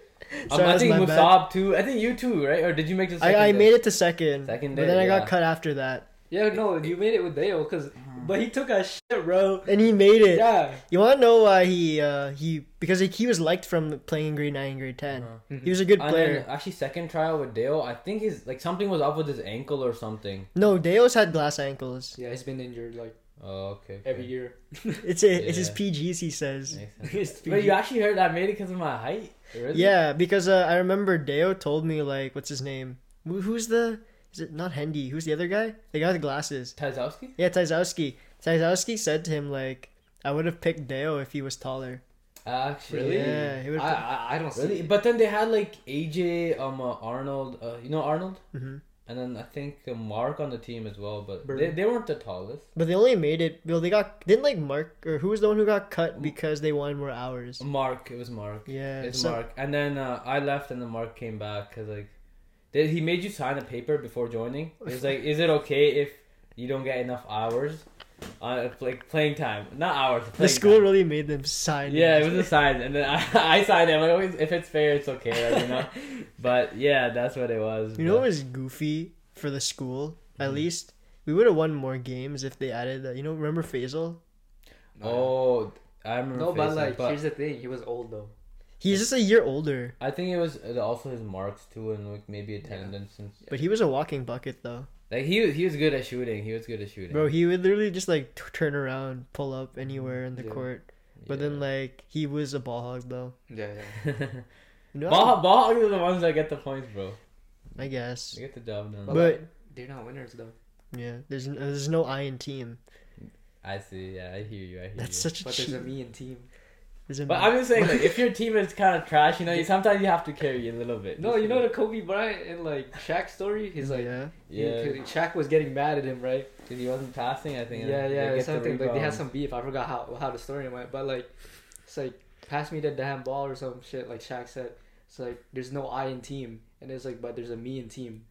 Speaker 2: Um,
Speaker 1: Sorry,
Speaker 2: I
Speaker 1: that's
Speaker 2: think
Speaker 1: my bad.
Speaker 2: Musab too. I think you too, right? Or did you make the second?
Speaker 1: I, I
Speaker 2: day?
Speaker 1: made it to second.
Speaker 2: Second
Speaker 1: but
Speaker 2: day,
Speaker 1: then I
Speaker 2: yeah.
Speaker 1: got cut after that,
Speaker 3: Yeah, no, you made it with Dale, cause
Speaker 2: Uh-huh.
Speaker 3: but he took a shit, bro.
Speaker 1: and he made it.
Speaker 3: Yeah,
Speaker 1: You want to know why he uh, he because like, he was liked from playing in grade nine and grade 10
Speaker 2: Uh-huh.
Speaker 1: He was a good
Speaker 2: And then
Speaker 1: player.
Speaker 2: actually, second trial with Dale, I think his like something was up with his ankle or something.
Speaker 1: No, Deo's had glass ankles.
Speaker 3: yeah, he's been injured like
Speaker 2: Oh okay. okay.
Speaker 3: every year.
Speaker 1: It's a, it's his
Speaker 2: Yeah.
Speaker 1: PGs. He says.
Speaker 2: Makes sense.
Speaker 3: He's
Speaker 2: But you actually heard I made it because of my height. Really?
Speaker 1: Yeah, because uh, I remember Deo told me like, what's his name? Who- Who's the? Is it not Hendy? Who's the other guy? The guy with the glasses.
Speaker 2: Tazowski?
Speaker 1: Yeah, Tyzowski. Tyzowski said to him like, I would have picked Deo if he was taller.
Speaker 2: Actually.
Speaker 1: Yeah, he would.
Speaker 3: I, I I don't see.
Speaker 2: Really?
Speaker 3: it.
Speaker 2: But then they had like AJ, um, uh, Arnold. Uh, you know Arnold.
Speaker 1: Mhm.
Speaker 2: And then I think uh, Mark on the team as well, but
Speaker 3: Burton.
Speaker 2: they, they weren't the tallest.
Speaker 1: But they only made it. Well, they got didn't like Mark or who was the one who got cut because they wanted more hours.
Speaker 2: Mark, it was Mark.
Speaker 1: Yeah,
Speaker 2: Oh, it's
Speaker 1: so-
Speaker 2: Mark. And then uh, I left, and then Mark came back because like, they, he made you sign a paper before joining. It's like, is it okay if you don't get enough hours, uh, like playing time, not hours.
Speaker 1: The
Speaker 2: playing
Speaker 1: school
Speaker 2: time.
Speaker 1: really made them sign.
Speaker 2: uh, Yeah, it was a sign, and then I, I signed it. I'm like, "Oh, if it's fair, it's okay, like, you know. but yeah, that's what it was.
Speaker 1: You know
Speaker 2: but-
Speaker 1: what was goofy for the school?
Speaker 2: Mm-hmm.
Speaker 1: At least we would have won more games if they added that. You know, remember Faisal?
Speaker 2: Oh, I remember.
Speaker 3: no, but
Speaker 2: Facebook,
Speaker 3: like
Speaker 2: but-
Speaker 3: here's the thing, he was old though.
Speaker 1: He's just a year older,
Speaker 2: I think it was uh, also his marks too, and like maybe attendance and
Speaker 1: but he was a walking bucket though.
Speaker 2: like he was- he was good at shooting. He was good at shooting.
Speaker 1: Bro, he would literally just like t- turn around, pull up anywhere in the
Speaker 3: Yeah.
Speaker 1: court. But then like he was a ball hog though.
Speaker 3: Yeah, yeah.
Speaker 2: then,
Speaker 1: You know,
Speaker 2: ball ball are the ones that get the points, bro.
Speaker 1: I guess.
Speaker 2: They get the job done.
Speaker 1: But-
Speaker 3: they're not winners though.
Speaker 1: Yeah, there's n- there's no I in team.
Speaker 2: I see. Yeah, I hear you. I hear
Speaker 1: That's
Speaker 2: you.
Speaker 1: such a
Speaker 3: But there's
Speaker 1: cheat.
Speaker 3: a me and team.
Speaker 1: there's a-
Speaker 2: But I'm just saying, like, if your team is kind of trash, you know, you sometimes you have to carry a little bit.
Speaker 3: No,
Speaker 2: Just
Speaker 3: you
Speaker 2: a
Speaker 3: know the
Speaker 2: bit.
Speaker 3: Kobe Bryant and like Shaq story. He's like,
Speaker 1: yeah.
Speaker 3: he-
Speaker 2: yeah,
Speaker 3: 'cause Shaq was getting mad at him, right?
Speaker 2: 'cause he wasn't passing. I think. and
Speaker 3: yeah,
Speaker 2: they
Speaker 3: yeah,
Speaker 2: get the
Speaker 3: something like they had
Speaker 2: rebound.
Speaker 3: some beef. I forgot how how the story went, but like, it's like pass me the damn ball or some shit. Like Shaq said, it's like there's no I in team, and it's like but there's a me in team.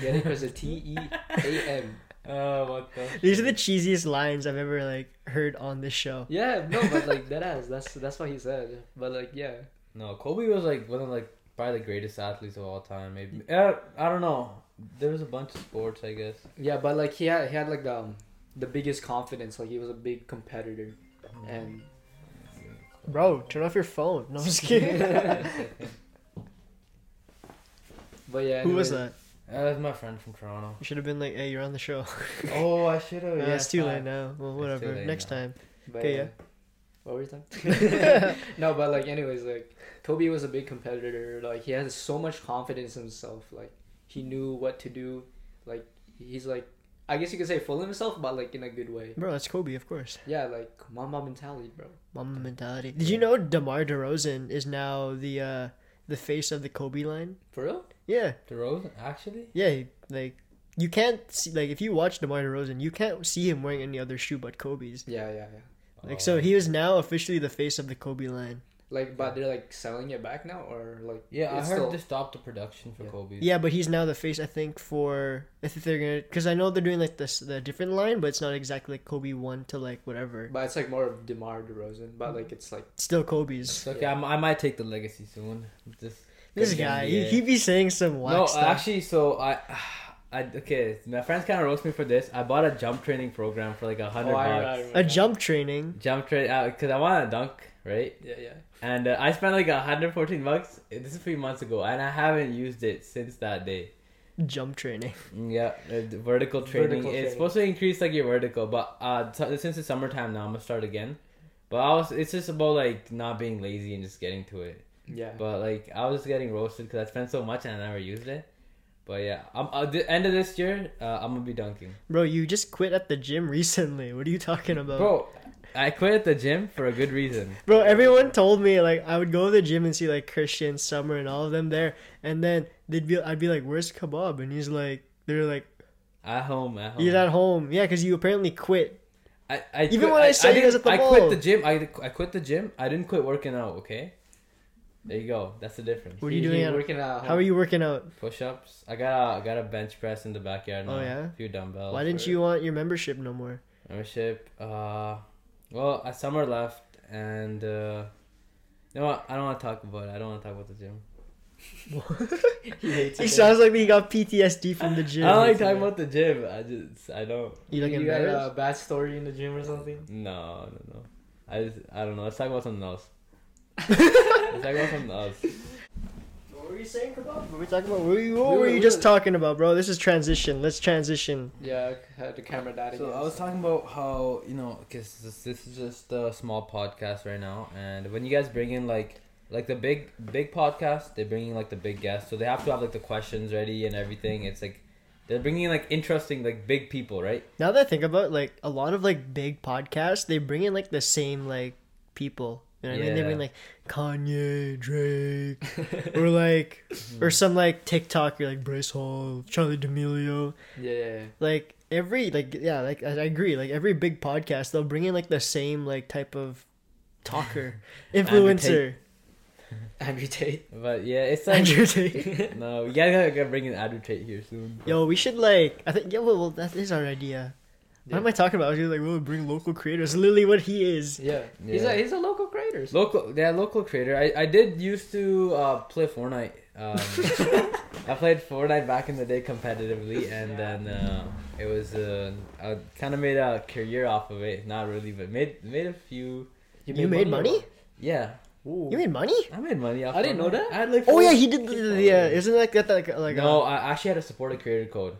Speaker 3: Get it? Because a T E A M.
Speaker 2: Oh, what the?
Speaker 1: These are the cheesiest lines I've ever like heard on this show.
Speaker 3: Yeah, no, but like that ass. That's that's what he said. But like, yeah,
Speaker 2: No, Kobe was like one of like probably the greatest athletes of all time. Maybe uh, I don't know. There was a bunch of sports, I guess.
Speaker 3: yeah, but like he had he had like the um, the biggest confidence. Like he was a big competitor, and
Speaker 1: Bro, turn off your phone. No, I'm just kidding.
Speaker 3: but yeah.
Speaker 1: Who was
Speaker 3: anyways.
Speaker 1: that?
Speaker 2: Uh, that's my friend from Toronto.
Speaker 1: You should have been like, hey, you're on the show.
Speaker 2: Oh, I should have.
Speaker 1: Yeah, it's too late now. Well,
Speaker 2: It's too
Speaker 1: whatever.
Speaker 2: late
Speaker 1: Next
Speaker 2: now.
Speaker 1: time.
Speaker 3: But,
Speaker 1: Okay,
Speaker 3: yeah.
Speaker 1: yeah.
Speaker 3: What were you talking? no, but like, anyways, like Kobe was a big competitor. Like he has so much confidence in himself. Like he knew what to do. Like he's like, I guess you could say full of himself, but like in a good way.
Speaker 1: Bro, that's Kobe, of course.
Speaker 3: Yeah, like mama mentality, bro.
Speaker 1: Mama mentality. Did you know DeMar DeRozan is now the uh, the face of the Kobe line?
Speaker 3: For real?
Speaker 1: Yeah,
Speaker 2: DeRozan, actually?
Speaker 1: yeah. he- Like you can't see, like if you watch DeMar DeRozan, you can't see him wearing any other shoe but Kobe's.
Speaker 3: Yeah, yeah, yeah.
Speaker 1: Like
Speaker 2: Oh.
Speaker 1: so, he is now officially the face of the Kobe line.
Speaker 3: Like, but they're like selling it back now, or like
Speaker 2: Yeah, I
Speaker 3: it's
Speaker 2: heard
Speaker 3: still-
Speaker 2: they stopped the production for
Speaker 3: Yeah.
Speaker 2: Kobe.
Speaker 1: Yeah, but he's now the face. I think for I think they're gonna because I know they're doing like this the different line, but it's not exactly like Kobe one to like whatever.
Speaker 3: But it's like more of Demar Derozan, but like it's like
Speaker 1: It's still Kobe's.
Speaker 2: It's okay, I'm, I might take the legacy soon. Just
Speaker 1: This
Speaker 2: Yeah,
Speaker 1: guy,
Speaker 2: yeah.
Speaker 1: he, he be saying some whack
Speaker 2: no,
Speaker 1: stuff.
Speaker 2: actually, so I, I okay, my friends kind of roast me for this. I bought a jump training program for like a hundred
Speaker 3: Oh, I- I
Speaker 2: bucks.
Speaker 3: remember
Speaker 1: a
Speaker 3: that.
Speaker 1: jump training.
Speaker 2: Jump train, uh, cause I want to dunk, right?
Speaker 3: Yeah, yeah.
Speaker 2: And uh, I spent like a hundred fourteen bucks. eh, This is three months ago, and I haven't used it since that day.
Speaker 1: Jump training.
Speaker 2: Yeah, uh, the vertical training.
Speaker 3: Vertical
Speaker 2: it's
Speaker 3: training.
Speaker 2: supposed to increase like your vertical, but uh, so- since it's summertime now, I'm gonna start again. But I was, it's just about like not being lazy and just getting to it.
Speaker 3: Yeah.
Speaker 2: But like I was getting roasted because I spent so much and I never used it. But yeah, I'm at the end of this year, uh, I'm gonna be dunking,
Speaker 1: Bro, you just quit at the gym recently. What are you talking about? Bro,
Speaker 2: bro. I quit at the gym for a good reason.
Speaker 1: everyone told me like I would go to the gym and see like Christian, Summer, and all of them there, and then they'd be I'd be like, "Where's Kebab?" And he's like, "They're like
Speaker 2: At home, at home.
Speaker 1: he's at home." Yeah, because you apparently quit.
Speaker 2: I, I
Speaker 1: Even
Speaker 2: quit-
Speaker 1: when I saw you
Speaker 2: didn't-
Speaker 1: guys at the
Speaker 2: I
Speaker 1: mall.
Speaker 2: quit the gym. I, I quit the gym. I didn't quit working out. Okay, there you go. That's the difference.
Speaker 1: What are you doing? At,
Speaker 3: working out.
Speaker 1: how are you working out?
Speaker 2: Push ups. I got a I got a bench press in the backyard.
Speaker 1: Oh,
Speaker 2: now,
Speaker 1: yeah?
Speaker 2: a few dumbbells.
Speaker 1: Why didn't
Speaker 2: for
Speaker 1: you want your membership no more?
Speaker 2: membership? Uh, well, I summer left, and uh, you know what? I don't want to talk about it. I don't want to talk about the gym.
Speaker 3: He hates
Speaker 1: He
Speaker 3: it.
Speaker 1: sounds like he got PTSD from the
Speaker 2: I don't
Speaker 1: gym.
Speaker 2: like talking about the gym. I just I don't.
Speaker 1: You look
Speaker 3: you got uh, a
Speaker 1: embarrassed.
Speaker 3: bad story in the gym or something?
Speaker 2: No, no, no. I just I don't know. Let's talk about something else. Let's talk about something else.
Speaker 1: What were you saying, Kebab? What were we talking about? What were you, what
Speaker 3: We
Speaker 1: were
Speaker 3: were-
Speaker 1: you
Speaker 3: we
Speaker 1: just
Speaker 3: were-
Speaker 1: talking about, bro? This is transition. Let's transition.
Speaker 3: Yeah, I had the camera died
Speaker 2: So
Speaker 3: again.
Speaker 2: I was talking about how you know, cause this, this is just a small podcast right now, and when you guys bring in like like the big big podcast, they bring in like the big guests, so they have to have like the questions ready and everything. It's like they're bringing in like interesting like big people, right?
Speaker 1: Now that I think about it, like a lot of like big podcasts, they bring in like the same like people. You know what I mean? They bring
Speaker 2: Yeah.
Speaker 1: like Kanye, Drake, or like or some like TikToker like Bryce Hall, Charlie D'Amelio.
Speaker 3: yeah, yeah, yeah.
Speaker 1: Like every like yeah, like I, I agree. Like every big podcast, they'll bring in like the same like type of talker, influencer,
Speaker 3: Andrew Tate.
Speaker 2: But yeah, it's like
Speaker 1: Andrew Tate.
Speaker 2: no, you guys gotta, gotta bring in Andrew Tate here soon.
Speaker 1: Yo, we should like I think yeah, well, well that is our idea.
Speaker 3: Yeah.
Speaker 1: What am I talking about? I was gonna, like, we'll bring local creators. Literally, what he is.
Speaker 3: Yeah. He's
Speaker 2: Yeah.
Speaker 3: a he's a local creator. so-
Speaker 2: Local, yeah, local creator. I, I did used to uh, play Fortnite. Um, I played Fortnite back in the day competitively, and then uh, it was uh, I kind of made a career off of it. Not really, but made made a few.
Speaker 1: You, made money?
Speaker 2: Yeah,
Speaker 3: Ooh.
Speaker 1: You made money?
Speaker 2: I made money. off
Speaker 3: I didn't know
Speaker 2: Fortnite.
Speaker 3: that.
Speaker 2: I had like
Speaker 1: Oh
Speaker 2: four-
Speaker 1: yeah, he did. The, the,
Speaker 2: Oh,
Speaker 1: yeah,
Speaker 2: yeah.
Speaker 1: isn't like that like like uh,
Speaker 2: no, I actually had to support a creator code,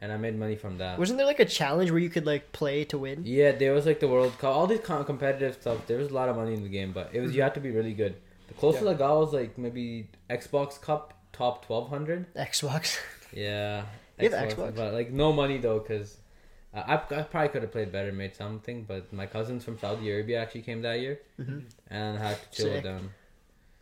Speaker 2: and I made money from
Speaker 1: A,
Speaker 2: that.
Speaker 1: uh, wasn't there like a challenge where you could like play to win?
Speaker 2: Yeah, there was like the World Cup, all these com- competitive stuff. There was a lot of money in the game, but it was
Speaker 1: Mm-hmm.
Speaker 2: you had to be really good. The closest
Speaker 3: Yeah.
Speaker 2: I got was like maybe Xbox Cup top twelve hundred.
Speaker 1: Xbox.
Speaker 2: Yeah.
Speaker 1: You have Xbox?
Speaker 2: But like no money though, because uh, I, I probably could have played better, made something. But my cousins from Saudi Arabia actually came that year,
Speaker 1: Mhm.
Speaker 2: and I had to chill
Speaker 1: Sick.
Speaker 2: with them.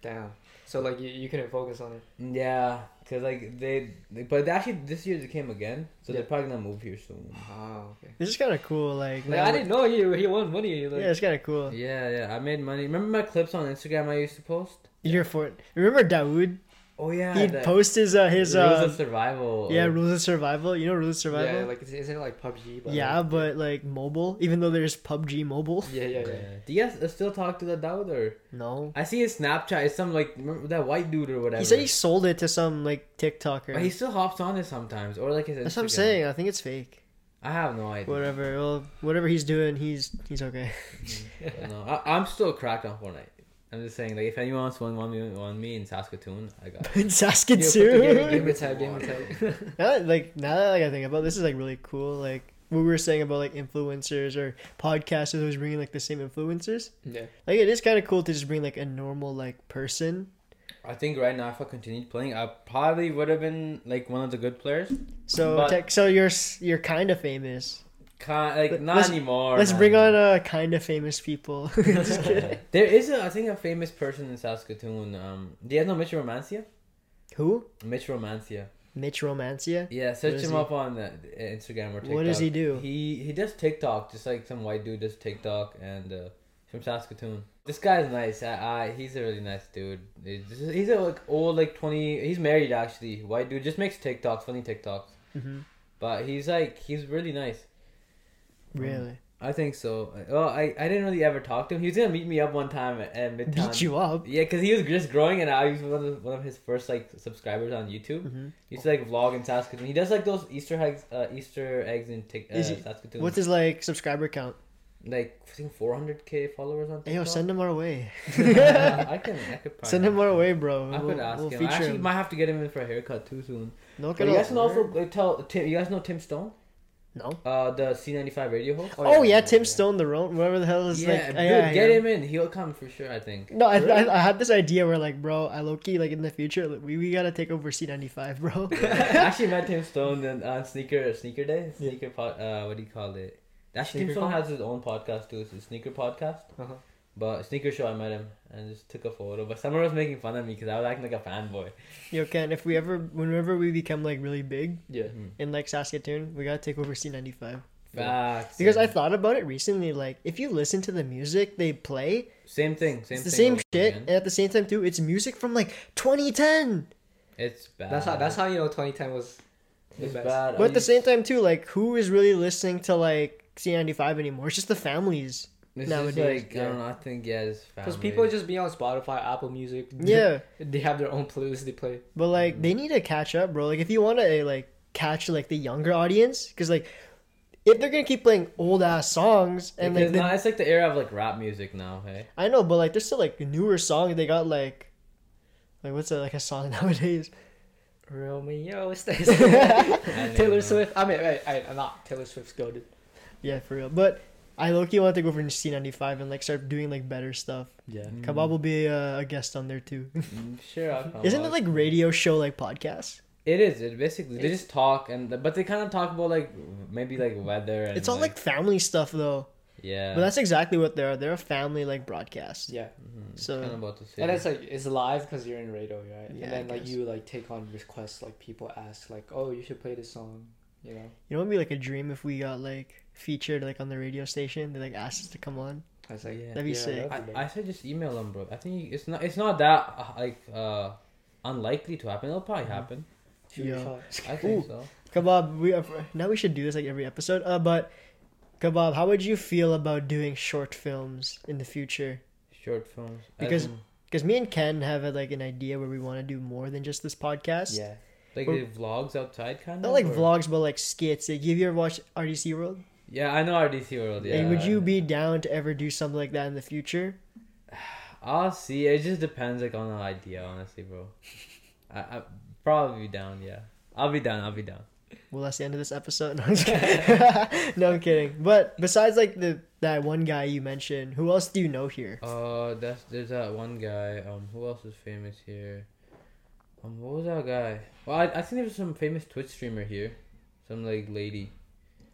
Speaker 3: Damn. So like you, you couldn't focus on it.
Speaker 2: Yeah, cause like they, they- but actually this year they came again, so
Speaker 3: Yeah.
Speaker 2: they're probably gonna move here soon.
Speaker 3: Oh, okay.
Speaker 1: This is kind of cool. Like,
Speaker 3: Like,
Speaker 1: now-
Speaker 3: I didn't know he he won money. Like,
Speaker 1: Yeah, it's kind of cool.
Speaker 2: Yeah, yeah. I made money. Remember my clips on Instagram I used to post?
Speaker 1: You're for Remember Dawood?
Speaker 2: Oh yeah,
Speaker 1: He'd
Speaker 2: that-
Speaker 1: post his uh, his
Speaker 2: Rules of
Speaker 1: uh,
Speaker 2: survival.
Speaker 1: yeah rules of survival. You know rules of
Speaker 3: yeah,
Speaker 1: survival. Yeah,
Speaker 3: like it's, isn't it like PUBG? But
Speaker 1: but like mobile. Even though there's PUBG mobile.
Speaker 3: yeah, yeah, yeah.
Speaker 2: Yeah. Do you guys uh, still talk to the Dawood or?
Speaker 1: No.
Speaker 2: I see his Snapchat. It's some like remember that white dude or whatever.
Speaker 1: He said he sold it to some like TikToker.
Speaker 2: But he still hops on it sometimes, or like his
Speaker 1: That's what I'm
Speaker 2: Instagram.
Speaker 1: saying. I think it's fake.
Speaker 2: I have no idea.
Speaker 1: Whatever. Well, whatever he's doing, he's he's okay.
Speaker 2: No, I, I'm still cracked on Fortnite. I'm just saying, like, if anyone wants one, one, me, one me in Saskatoon, I got. It.
Speaker 1: In
Speaker 3: Yeah, put the game-
Speaker 1: Saskatchewan.
Speaker 3: Gamer tag, gamer tag.
Speaker 1: Now that, like now that like, I think about it, this is like really cool. Like what we were saying about like influencers or podcasters always bringing like the same influencers.
Speaker 3: Yeah.
Speaker 1: Like it is kind of cool to just bring like a normal like person.
Speaker 2: I think right now, if I continued playing, I probably would have been like one of the good players.
Speaker 1: So
Speaker 2: But-
Speaker 1: tech, so you're s- you're kind of famous.
Speaker 2: Kind like
Speaker 1: Let-
Speaker 2: not
Speaker 1: let's-
Speaker 2: anymore.
Speaker 1: Let's
Speaker 2: man.
Speaker 1: bring on uh, kind of famous people. Just kidding.
Speaker 2: there is, a, I think, a famous person in Saskatoon. Um, do you guys know Mitch Romancia?
Speaker 1: Who?
Speaker 2: Mitch Romancia.
Speaker 1: Mitch Romancia.
Speaker 2: Yeah, search
Speaker 1: is
Speaker 2: him
Speaker 1: he?
Speaker 2: up on uh, Instagram or TikTok.
Speaker 1: What does he do?
Speaker 2: He he does TikTok, just like some white dude does TikTok, and uh, from Saskatoon. This guy's nice. I, I he's a really nice dude. He's, just- he's a like old like twenty. He's married actually. White dude just makes TikToks, funny TikToks.
Speaker 1: hmm
Speaker 2: But he's like he's really nice.
Speaker 1: Really?
Speaker 2: I think so. Well, I, I didn't really ever talk to him. He was gonna meet me up one time at, at Midtown.
Speaker 1: Beat you up.
Speaker 2: Yeah, cause he was just growing, and I was one of, one of his first like subscribers on YouTube.
Speaker 1: hmm
Speaker 2: He used to like vlog in Saskatoon. He does like those Easter eggs, uh, Easter eggs in Tik uh,
Speaker 1: Is he-
Speaker 2: Saskatoon.
Speaker 1: What's his like subscriber count?
Speaker 2: like I think 400k followers on
Speaker 1: Hey, yo,
Speaker 2: TikTok.
Speaker 1: send him our way.
Speaker 2: I can, I could probably
Speaker 1: send him our way, bro.
Speaker 2: I could ask him. I
Speaker 1: feature
Speaker 2: actually
Speaker 1: him.
Speaker 2: might have to get him in for a haircut too soon.
Speaker 1: No,
Speaker 2: But you guys can also
Speaker 1: no.
Speaker 2: like, tell Tim. You guys know Tim Stone, uh, the C95 radio host.
Speaker 1: Oh, yeah, Tim Stone, the road, whatever the hell is
Speaker 2: yeah,
Speaker 1: like.
Speaker 2: dude,
Speaker 1: yeah,
Speaker 2: get
Speaker 1: yeah.
Speaker 2: him in. He'll come for sure. I think.
Speaker 1: No, I,
Speaker 3: Really?
Speaker 1: I, I had this idea where like, bro, I low key like in the future, like, we we gotta take over C ninety five, bro.
Speaker 2: I actually met Tim Stone on uh, sneaker sneaker day
Speaker 1: Yeah.
Speaker 2: sneaker pod, uh what do you call it? Actually,
Speaker 3: Sneaker
Speaker 2: Tim Stone
Speaker 3: con?
Speaker 2: has his own podcast too. It's a sneaker podcast.
Speaker 3: Uh-huh.
Speaker 2: But sneaker show, I met him and just took a photo. But someone was making fun of me because I was acting like a fanboy.
Speaker 1: Yo, Ken, if we ever, whenever we become like really big
Speaker 3: Yeah.
Speaker 1: in like Saskatoon, we gotta take over C ninety five.
Speaker 2: Facts.
Speaker 1: Because I thought about it recently, like if you listen to the music they play,
Speaker 2: same thing. Same
Speaker 1: it's the
Speaker 2: thing
Speaker 1: same
Speaker 2: over
Speaker 1: shit,
Speaker 2: again.
Speaker 1: and at the same time too, it's music from like 2010.
Speaker 2: It's bad.
Speaker 3: That's how. That's how you know 2010 was the
Speaker 2: it's
Speaker 3: best.
Speaker 2: bad.
Speaker 1: But at the same time too, like who is really listening to like C ninety five anymore? It's just the families.
Speaker 2: It's
Speaker 1: nowadays,
Speaker 2: just like I don't know. I think yeah, it's
Speaker 3: Because
Speaker 2: because
Speaker 3: people just be on Spotify, Apple Music.
Speaker 1: Yeah.
Speaker 3: They have their own playlist they play.
Speaker 1: But like they need to catch up, bro. Like if you want to like catch like the younger audience, because like if they're gonna keep playing old ass songs and like the,
Speaker 2: now, it's like the era of like rap music now. Hey,
Speaker 1: I know, but like there's still like newer songs. They got like like what's it like a song nowadays?
Speaker 3: Romeo stays.
Speaker 2: don't
Speaker 3: Taylor
Speaker 2: know.
Speaker 3: Swift. I mean, wait, I, I'm not Taylor Swift's goaded.
Speaker 1: Yeah, for real. But I low-key want to go for C ninety five and like start doing like better stuff.
Speaker 3: Yeah.
Speaker 1: Kabab will be uh, a guest on there too.
Speaker 2: Mm, sure. I'll come
Speaker 1: Isn't
Speaker 2: out.
Speaker 1: it like radio show like podcasts?
Speaker 2: it is? It basically they just talk and but they kind of talk about like maybe like weather and
Speaker 1: It's all like family stuff though.
Speaker 2: yeah.
Speaker 1: But that's exactly what they are. They're a family like broadcast.
Speaker 3: Yeah.
Speaker 2: Mhm. It's
Speaker 1: so-
Speaker 2: kinda about the
Speaker 3: And
Speaker 2: same.
Speaker 3: it's like it's live because you're in radio, right?
Speaker 1: Yeah, I
Speaker 3: and then like
Speaker 1: guess.
Speaker 3: you like take on requests, like people ask, like, oh, you should play this song, you know.
Speaker 1: You know, it'd be like a dream if we got like featured like on the radio station. They like asked us to come on.
Speaker 3: I was like,
Speaker 2: Yeah.
Speaker 1: That'd be
Speaker 3: Yeah,
Speaker 1: sick.
Speaker 3: that'd
Speaker 2: I,
Speaker 3: be
Speaker 2: I said just email them, bro. I think you- it's not it's not that uh, like uh unlikely to happen. It'll probably
Speaker 1: Mm-hmm.
Speaker 2: happen.
Speaker 3: shoot your
Speaker 1: Yeah.
Speaker 3: shot.
Speaker 2: I think so.
Speaker 1: Kebab, we have, now we should do this like every episode. Uh, but Kebab, how would you feel about doing short films in the future?
Speaker 2: Short films I
Speaker 1: Because-
Speaker 2: don't-
Speaker 1: Because me and Ken have like an idea where we want to do more than just this podcast.
Speaker 3: Yeah.
Speaker 2: like
Speaker 1: or-
Speaker 2: the vlogs outside kind of
Speaker 1: Not like
Speaker 2: or-
Speaker 1: vlogs, but like skits. Like, have you ever watched RDC World?
Speaker 2: Yeah, I know RDC World. Yeah.
Speaker 1: And would you be down to ever do something like that in the future?
Speaker 2: I'll see. It just depends, like on the idea, honestly, bro. I I probably be down. Yeah, I'll be down. I'll be down.
Speaker 1: Well, that's the end of this episode. No, I'm just kidding. no, I'm kidding. But besides like the that one guy you mentioned, who else do you know here?
Speaker 2: Uh, that's there's that one guy. Um, who else is famous here? Um, what was that guy? Well, I, I think there was some famous Twitch streamer here, some like lady.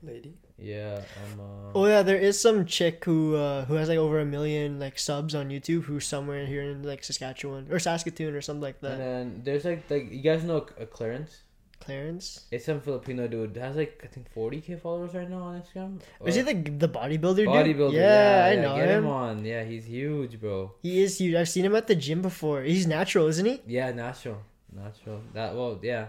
Speaker 3: Lady.
Speaker 2: Yeah. Um. Uh,
Speaker 1: Oh yeah, there is some chick who uh, who has like over a million like subs on YouTube who's somewhere here in like Saskatchewan or Saskatoon or something like
Speaker 2: and
Speaker 1: that.
Speaker 2: then there's like like you guys know uh, Clarence.
Speaker 1: Clarence.
Speaker 2: It's some Filipino dude that has like I think 40k followers right now on Instagram.
Speaker 1: Is he
Speaker 2: Or-
Speaker 1: the the bodybuilder?
Speaker 2: bodybuilder?
Speaker 1: Dude? Yeah, I
Speaker 2: yeah,
Speaker 1: know
Speaker 2: Get
Speaker 1: him.
Speaker 2: him on. Yeah, he's huge, bro.
Speaker 1: He is huge. I've seen him at the gym before. He's natural, isn't he?
Speaker 2: Yeah, natural, natural. That well, yeah.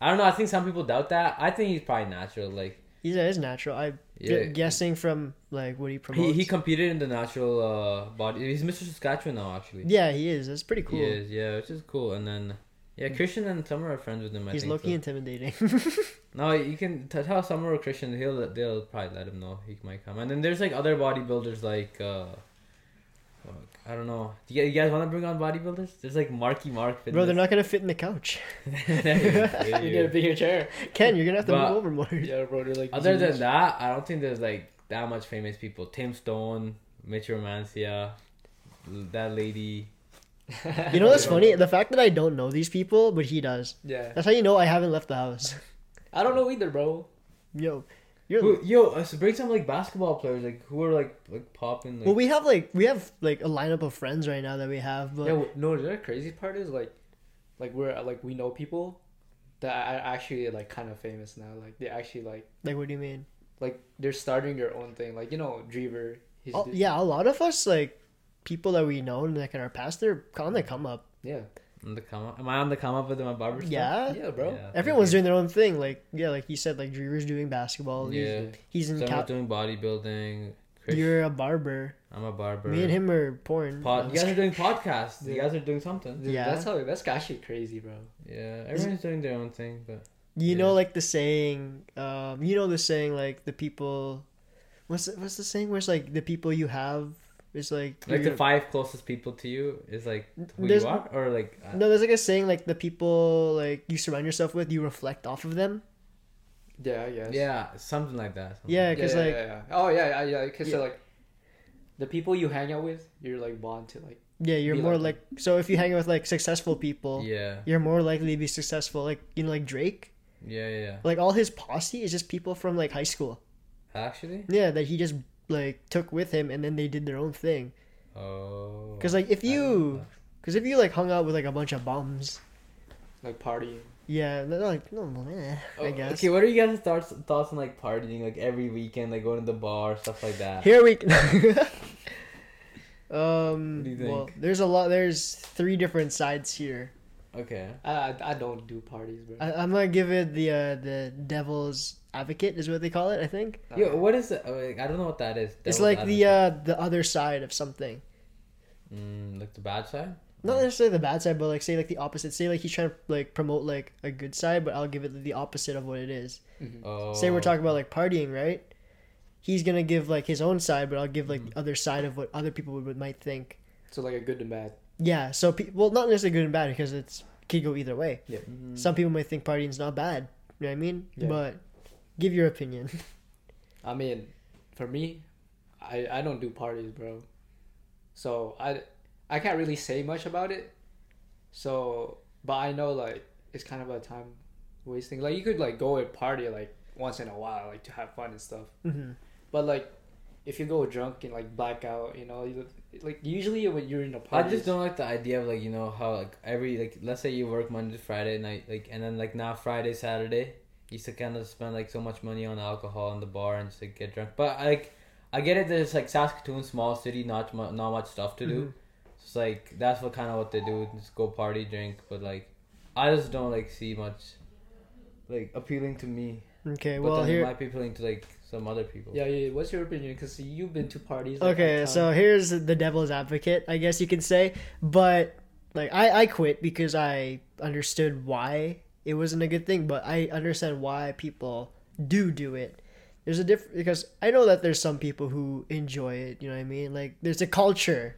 Speaker 2: I don't know. I think some people doubt that. I think he's probably natural. Like,
Speaker 1: He's is natural. I'm
Speaker 2: yeah,
Speaker 1: guessing from like what he
Speaker 2: he
Speaker 1: promotes.
Speaker 2: he competed in the natural uh, body. He's Mr. Saskatchewan now, actually.
Speaker 1: yeah, he is. That's pretty cool.
Speaker 2: He is, yeah, which is cool. And then, yeah, Christian and Summer are friends with him. I
Speaker 1: He's
Speaker 2: think,
Speaker 1: low-key
Speaker 2: so.
Speaker 1: intimidating.
Speaker 2: No, you can t- tell Summer or Christian. He'll they'll probably let him know he might come. And then there's like other bodybuilders like. uh fuck, I don't know. Do you guys, you guys want to bring on bodybuilders? There's like Marky Mark.
Speaker 1: Bro, they're not gonna fit in the couch.
Speaker 2: not.
Speaker 3: You get a bigger chair.
Speaker 1: Ken, you're gonna have to
Speaker 2: But-
Speaker 1: move over more.
Speaker 3: Yeah, bro. They're like
Speaker 2: Other
Speaker 3: huge.
Speaker 2: than that, I don't think there's like that much famous people. Tim Stone, Mitch Romancia, that lady.
Speaker 1: You know what's
Speaker 3: Yeah.
Speaker 1: funny? The fact that I don't know these people, but he does.
Speaker 3: Yeah,
Speaker 1: That's how you know I haven't left the house.
Speaker 3: I don't know either, bro.
Speaker 1: Yo, you're.
Speaker 2: Who, yo, uh, so bring some like basketball players, like who are like like popping. Like,
Speaker 1: well, we have like we have like a lineup of friends right now that we have, but
Speaker 3: Yeah, w- no. The crazy part is like, like we're like we know people that are actually like kind of famous now. Like they actually like
Speaker 1: like, what do you mean?
Speaker 3: like they're starting their own thing. Like you know, Drever. He's
Speaker 1: Oh,
Speaker 3: d-
Speaker 1: yeah, a lot of us like people that we know and like in our past, they're on the come up.
Speaker 3: yeah,
Speaker 2: on the come up. Am I on the come up with my barber? stuff?
Speaker 1: Yeah,
Speaker 3: yeah, bro.
Speaker 2: Yeah,
Speaker 1: everyone's
Speaker 2: okay.
Speaker 1: doing their own thing. Like yeah, like you said, like Drewer's doing basketball.
Speaker 2: Yeah.
Speaker 1: Yeah. He's in
Speaker 2: Someone's
Speaker 1: cap.
Speaker 2: doing bodybuilding. Chris,
Speaker 1: You're a barber.
Speaker 2: I'm a barber.
Speaker 1: Me and him are porn.
Speaker 2: Pod- you guys are doing podcasts. You
Speaker 3: Yeah.
Speaker 2: guys are doing something.
Speaker 3: Dude,
Speaker 1: Yeah.
Speaker 3: that's how that's actually crazy, bro.
Speaker 2: Yeah, everyone's doing their own thing, but
Speaker 1: You know,
Speaker 2: Yeah.
Speaker 1: like the saying, um, you know the saying, like the people. What's the, what's the saying? Where it's like the people you have is like
Speaker 2: like
Speaker 1: you're-
Speaker 2: the five closest people to you is like who
Speaker 1: There's-
Speaker 2: you are, or like uh,
Speaker 1: No, there's like a saying like the people like you surround yourself with, you reflect off of them.
Speaker 3: Yeah, I guess.
Speaker 2: yeah, something like that. something
Speaker 1: Yeah,
Speaker 2: like-
Speaker 1: because
Speaker 3: yeah,
Speaker 1: like
Speaker 3: yeah, yeah. oh yeah, yeah, yeah. Because
Speaker 1: Yeah.
Speaker 3: like the people you hang out with, you're like bond to like
Speaker 1: yeah, you're
Speaker 3: Be
Speaker 1: more
Speaker 3: like
Speaker 1: like, so if you hang out with like successful people,
Speaker 2: yeah,
Speaker 1: you're more likely to be successful. Like you know, like Drake,
Speaker 2: yeah, yeah. yeah.
Speaker 1: like all his posse is just people from like high school.
Speaker 2: Actually,
Speaker 1: Yeah, that he just like took with him, and then they did their own thing.
Speaker 2: oh,
Speaker 1: Because like if
Speaker 2: I didn't know
Speaker 1: you, because if you like hung out with like a bunch of bums,
Speaker 3: like party.
Speaker 1: yeah, they're like no, eh, I
Speaker 2: Oh,
Speaker 1: guess.
Speaker 2: Okay, what are you guys' thoughts thoughts on like partying, like every weekend, like going to the bar, stuff like that?
Speaker 1: Here we. um.
Speaker 2: What do you
Speaker 1: Well,
Speaker 2: think?
Speaker 1: there's a lot. There's three different sides here.
Speaker 2: Okay,
Speaker 3: I I, I don't do parties, bro.
Speaker 1: I, I'm gonna give it the uh, the devil's advocate is what they call it. I think
Speaker 3: Nah.
Speaker 2: yo, what is it? oh, Like, I don't know what that is.
Speaker 1: it's
Speaker 2: Devil's
Speaker 1: like the
Speaker 2: advocate.
Speaker 1: uh, the other side of something.
Speaker 2: mm, like the bad side.
Speaker 1: Not necessarily the bad side, but like say like the opposite. Say like he's trying to like promote like a good side, but I'll give it the opposite of what it is.
Speaker 2: Oh,
Speaker 1: Say we're talking about like partying, right? He's gonna give like his own side, but I'll give
Speaker 2: Mm.
Speaker 1: like the other side of what other people would might think.
Speaker 3: so like a good and bad.
Speaker 1: Yeah, so pe- well, not necessarily good and bad because it's could go either way.
Speaker 3: Yeah.
Speaker 1: Some people might think partying's not bad. You know what I mean?
Speaker 3: Yeah.
Speaker 1: But give your opinion.
Speaker 3: I mean, for me, I I don't do parties, bro. So I I can't really say much about it. So, but I know like it's kind of a time wasting. Like you could like go and party like once in a while, like to have fun and stuff.
Speaker 1: Mhm.
Speaker 3: But like, if you go drunk and like black out, you know, you, like usually when you're in a
Speaker 2: I
Speaker 3: party,
Speaker 2: just don't like the idea of like you know how like every like let's say you work Monday to Friday night like and then like now Friday Saturday you used to kind of spend like so much money on alcohol in the bar and just like get drunk but like I get it there's like Saskatoon small city not mu- not much stuff to do so it's like that's what kind of what they do just go party drink but like I just don't like see much like appealing to me
Speaker 1: Okay,
Speaker 2: but
Speaker 1: well
Speaker 2: then it
Speaker 1: here.
Speaker 2: might be appealing to like some other people
Speaker 3: Yeah, yeah. yeah. What's your opinion? Because you've been to parties. like,
Speaker 1: Okay,
Speaker 3: uptown.
Speaker 1: so here's the devil's advocate, I guess you can say. But like, I I quit because I understood why it wasn't a good thing, but I understand why people do do it. There's a difference because I know that there's some people who enjoy it. You know what I mean? Like, there's a culture.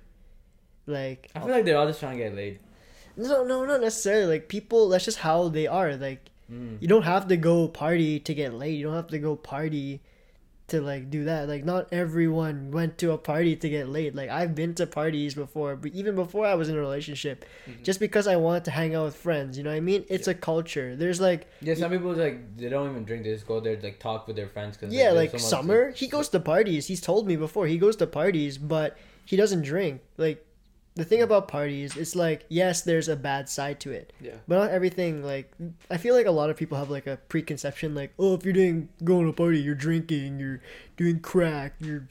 Speaker 1: Like
Speaker 2: I feel like they're all just trying to get laid
Speaker 1: No, no, not necessarily. Like people, that's just how they are. Like you don't have to go party to get laid. You don't have to go party to like do that. Like not everyone went to a party to get laid. Like I've been to parties before, but even before I was in a relationship, just because I wanted to hang out with friends. You know what I mean? It's a culture. There's like
Speaker 2: Yeah, some people like they don't even drink. They just go there like talk with their friends. Cause,
Speaker 1: yeah,
Speaker 2: there's
Speaker 1: like
Speaker 2: so much-
Speaker 1: summer, he goes to parties. He's told me before he goes to parties, but he doesn't drink. Like the thing about parties, it's like yes, there's a bad side to it.
Speaker 3: Yeah.
Speaker 1: But not everything. Like I feel like a lot of people have like a preconception, like oh, if you're doing going to a party, you're drinking, you're doing crack, you're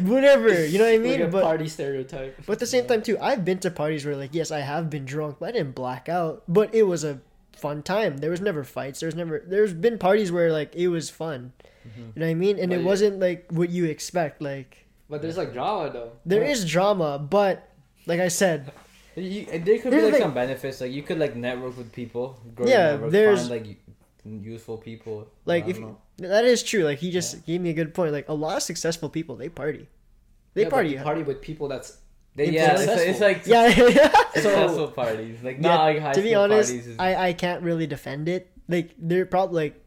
Speaker 1: whatever. You know what I mean?
Speaker 3: Like a
Speaker 1: but
Speaker 3: party stereotype.
Speaker 1: but at the same time too, I've been to parties where like yes, I have been drunk, but I didn't black out. But it was a fun time. There was never fights. There's never there's been parties where like it was fun.
Speaker 2: Mm-hmm.
Speaker 1: You know what I mean? And
Speaker 3: But
Speaker 1: it
Speaker 3: yeah.
Speaker 1: wasn't like what you expect. Like
Speaker 3: But there's like drama though.
Speaker 1: there is drama, but like I said,
Speaker 2: You, and there could
Speaker 1: Here's
Speaker 2: be
Speaker 1: the
Speaker 2: like
Speaker 1: thing.
Speaker 2: some benefits. Like you could like network with people. Grow your
Speaker 1: Yeah,
Speaker 2: network,
Speaker 1: there's-
Speaker 2: find, like u- useful people.
Speaker 1: like
Speaker 2: I don't
Speaker 1: if
Speaker 2: know.
Speaker 1: that is true. Like he just gave me a good point. Like a lot of successful people, they party. They
Speaker 3: Yeah, but
Speaker 1: party.
Speaker 3: you party with people that's
Speaker 2: They, yeah, it's,
Speaker 3: Successful.
Speaker 2: it's like
Speaker 1: yeah.
Speaker 2: successful parties, like not
Speaker 1: Yeah,
Speaker 2: like high
Speaker 1: to be
Speaker 2: school
Speaker 1: honest,
Speaker 2: parties. Is, I,
Speaker 1: I I can't really defend it. Like there probably like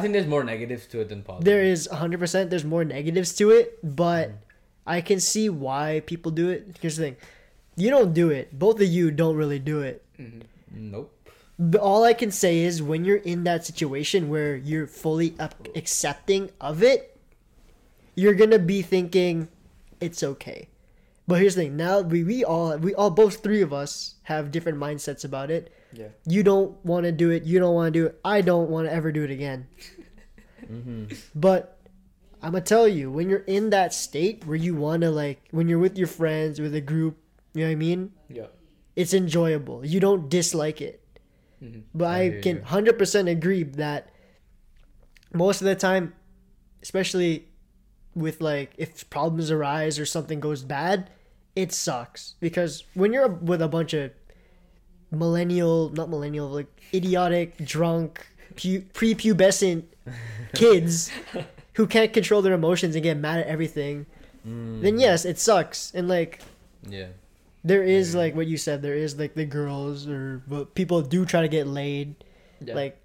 Speaker 2: think there's more negatives to it than positive.
Speaker 1: there is 100% there's more negatives to it but i can see why people do it here's the thing you don't do it both of you don't really do it
Speaker 2: Nope.
Speaker 1: but all i can say is when you're in that situation where you're fully up- accepting of it you're gonna be thinking it's okay but here's the thing now we, we all we all both three of us have different mindsets about it
Speaker 3: Yeah.
Speaker 1: you don't want to do it you don't want to do it i don't want to ever do it again but i'm gonna tell you when you're in that state where you want to like when you're with your friends with a group you know what i mean
Speaker 3: Yeah.
Speaker 1: it's enjoyable you don't dislike it but
Speaker 2: Mm-hmm. I
Speaker 1: i,
Speaker 2: hear
Speaker 1: can
Speaker 2: you.
Speaker 1: 100% agree that most of the time especially with like if problems arise or something goes bad it sucks because when you're with a bunch of millennial, not millennial, like idiotic, drunk, pu- prepubescent kids who can't control their emotions and get mad at everything,
Speaker 2: Mm.
Speaker 1: then yes, it sucks. And like,
Speaker 2: Yeah.
Speaker 1: there is like what you said, there is like the girls or but people do try to get laid.
Speaker 3: Yeah.
Speaker 1: Like,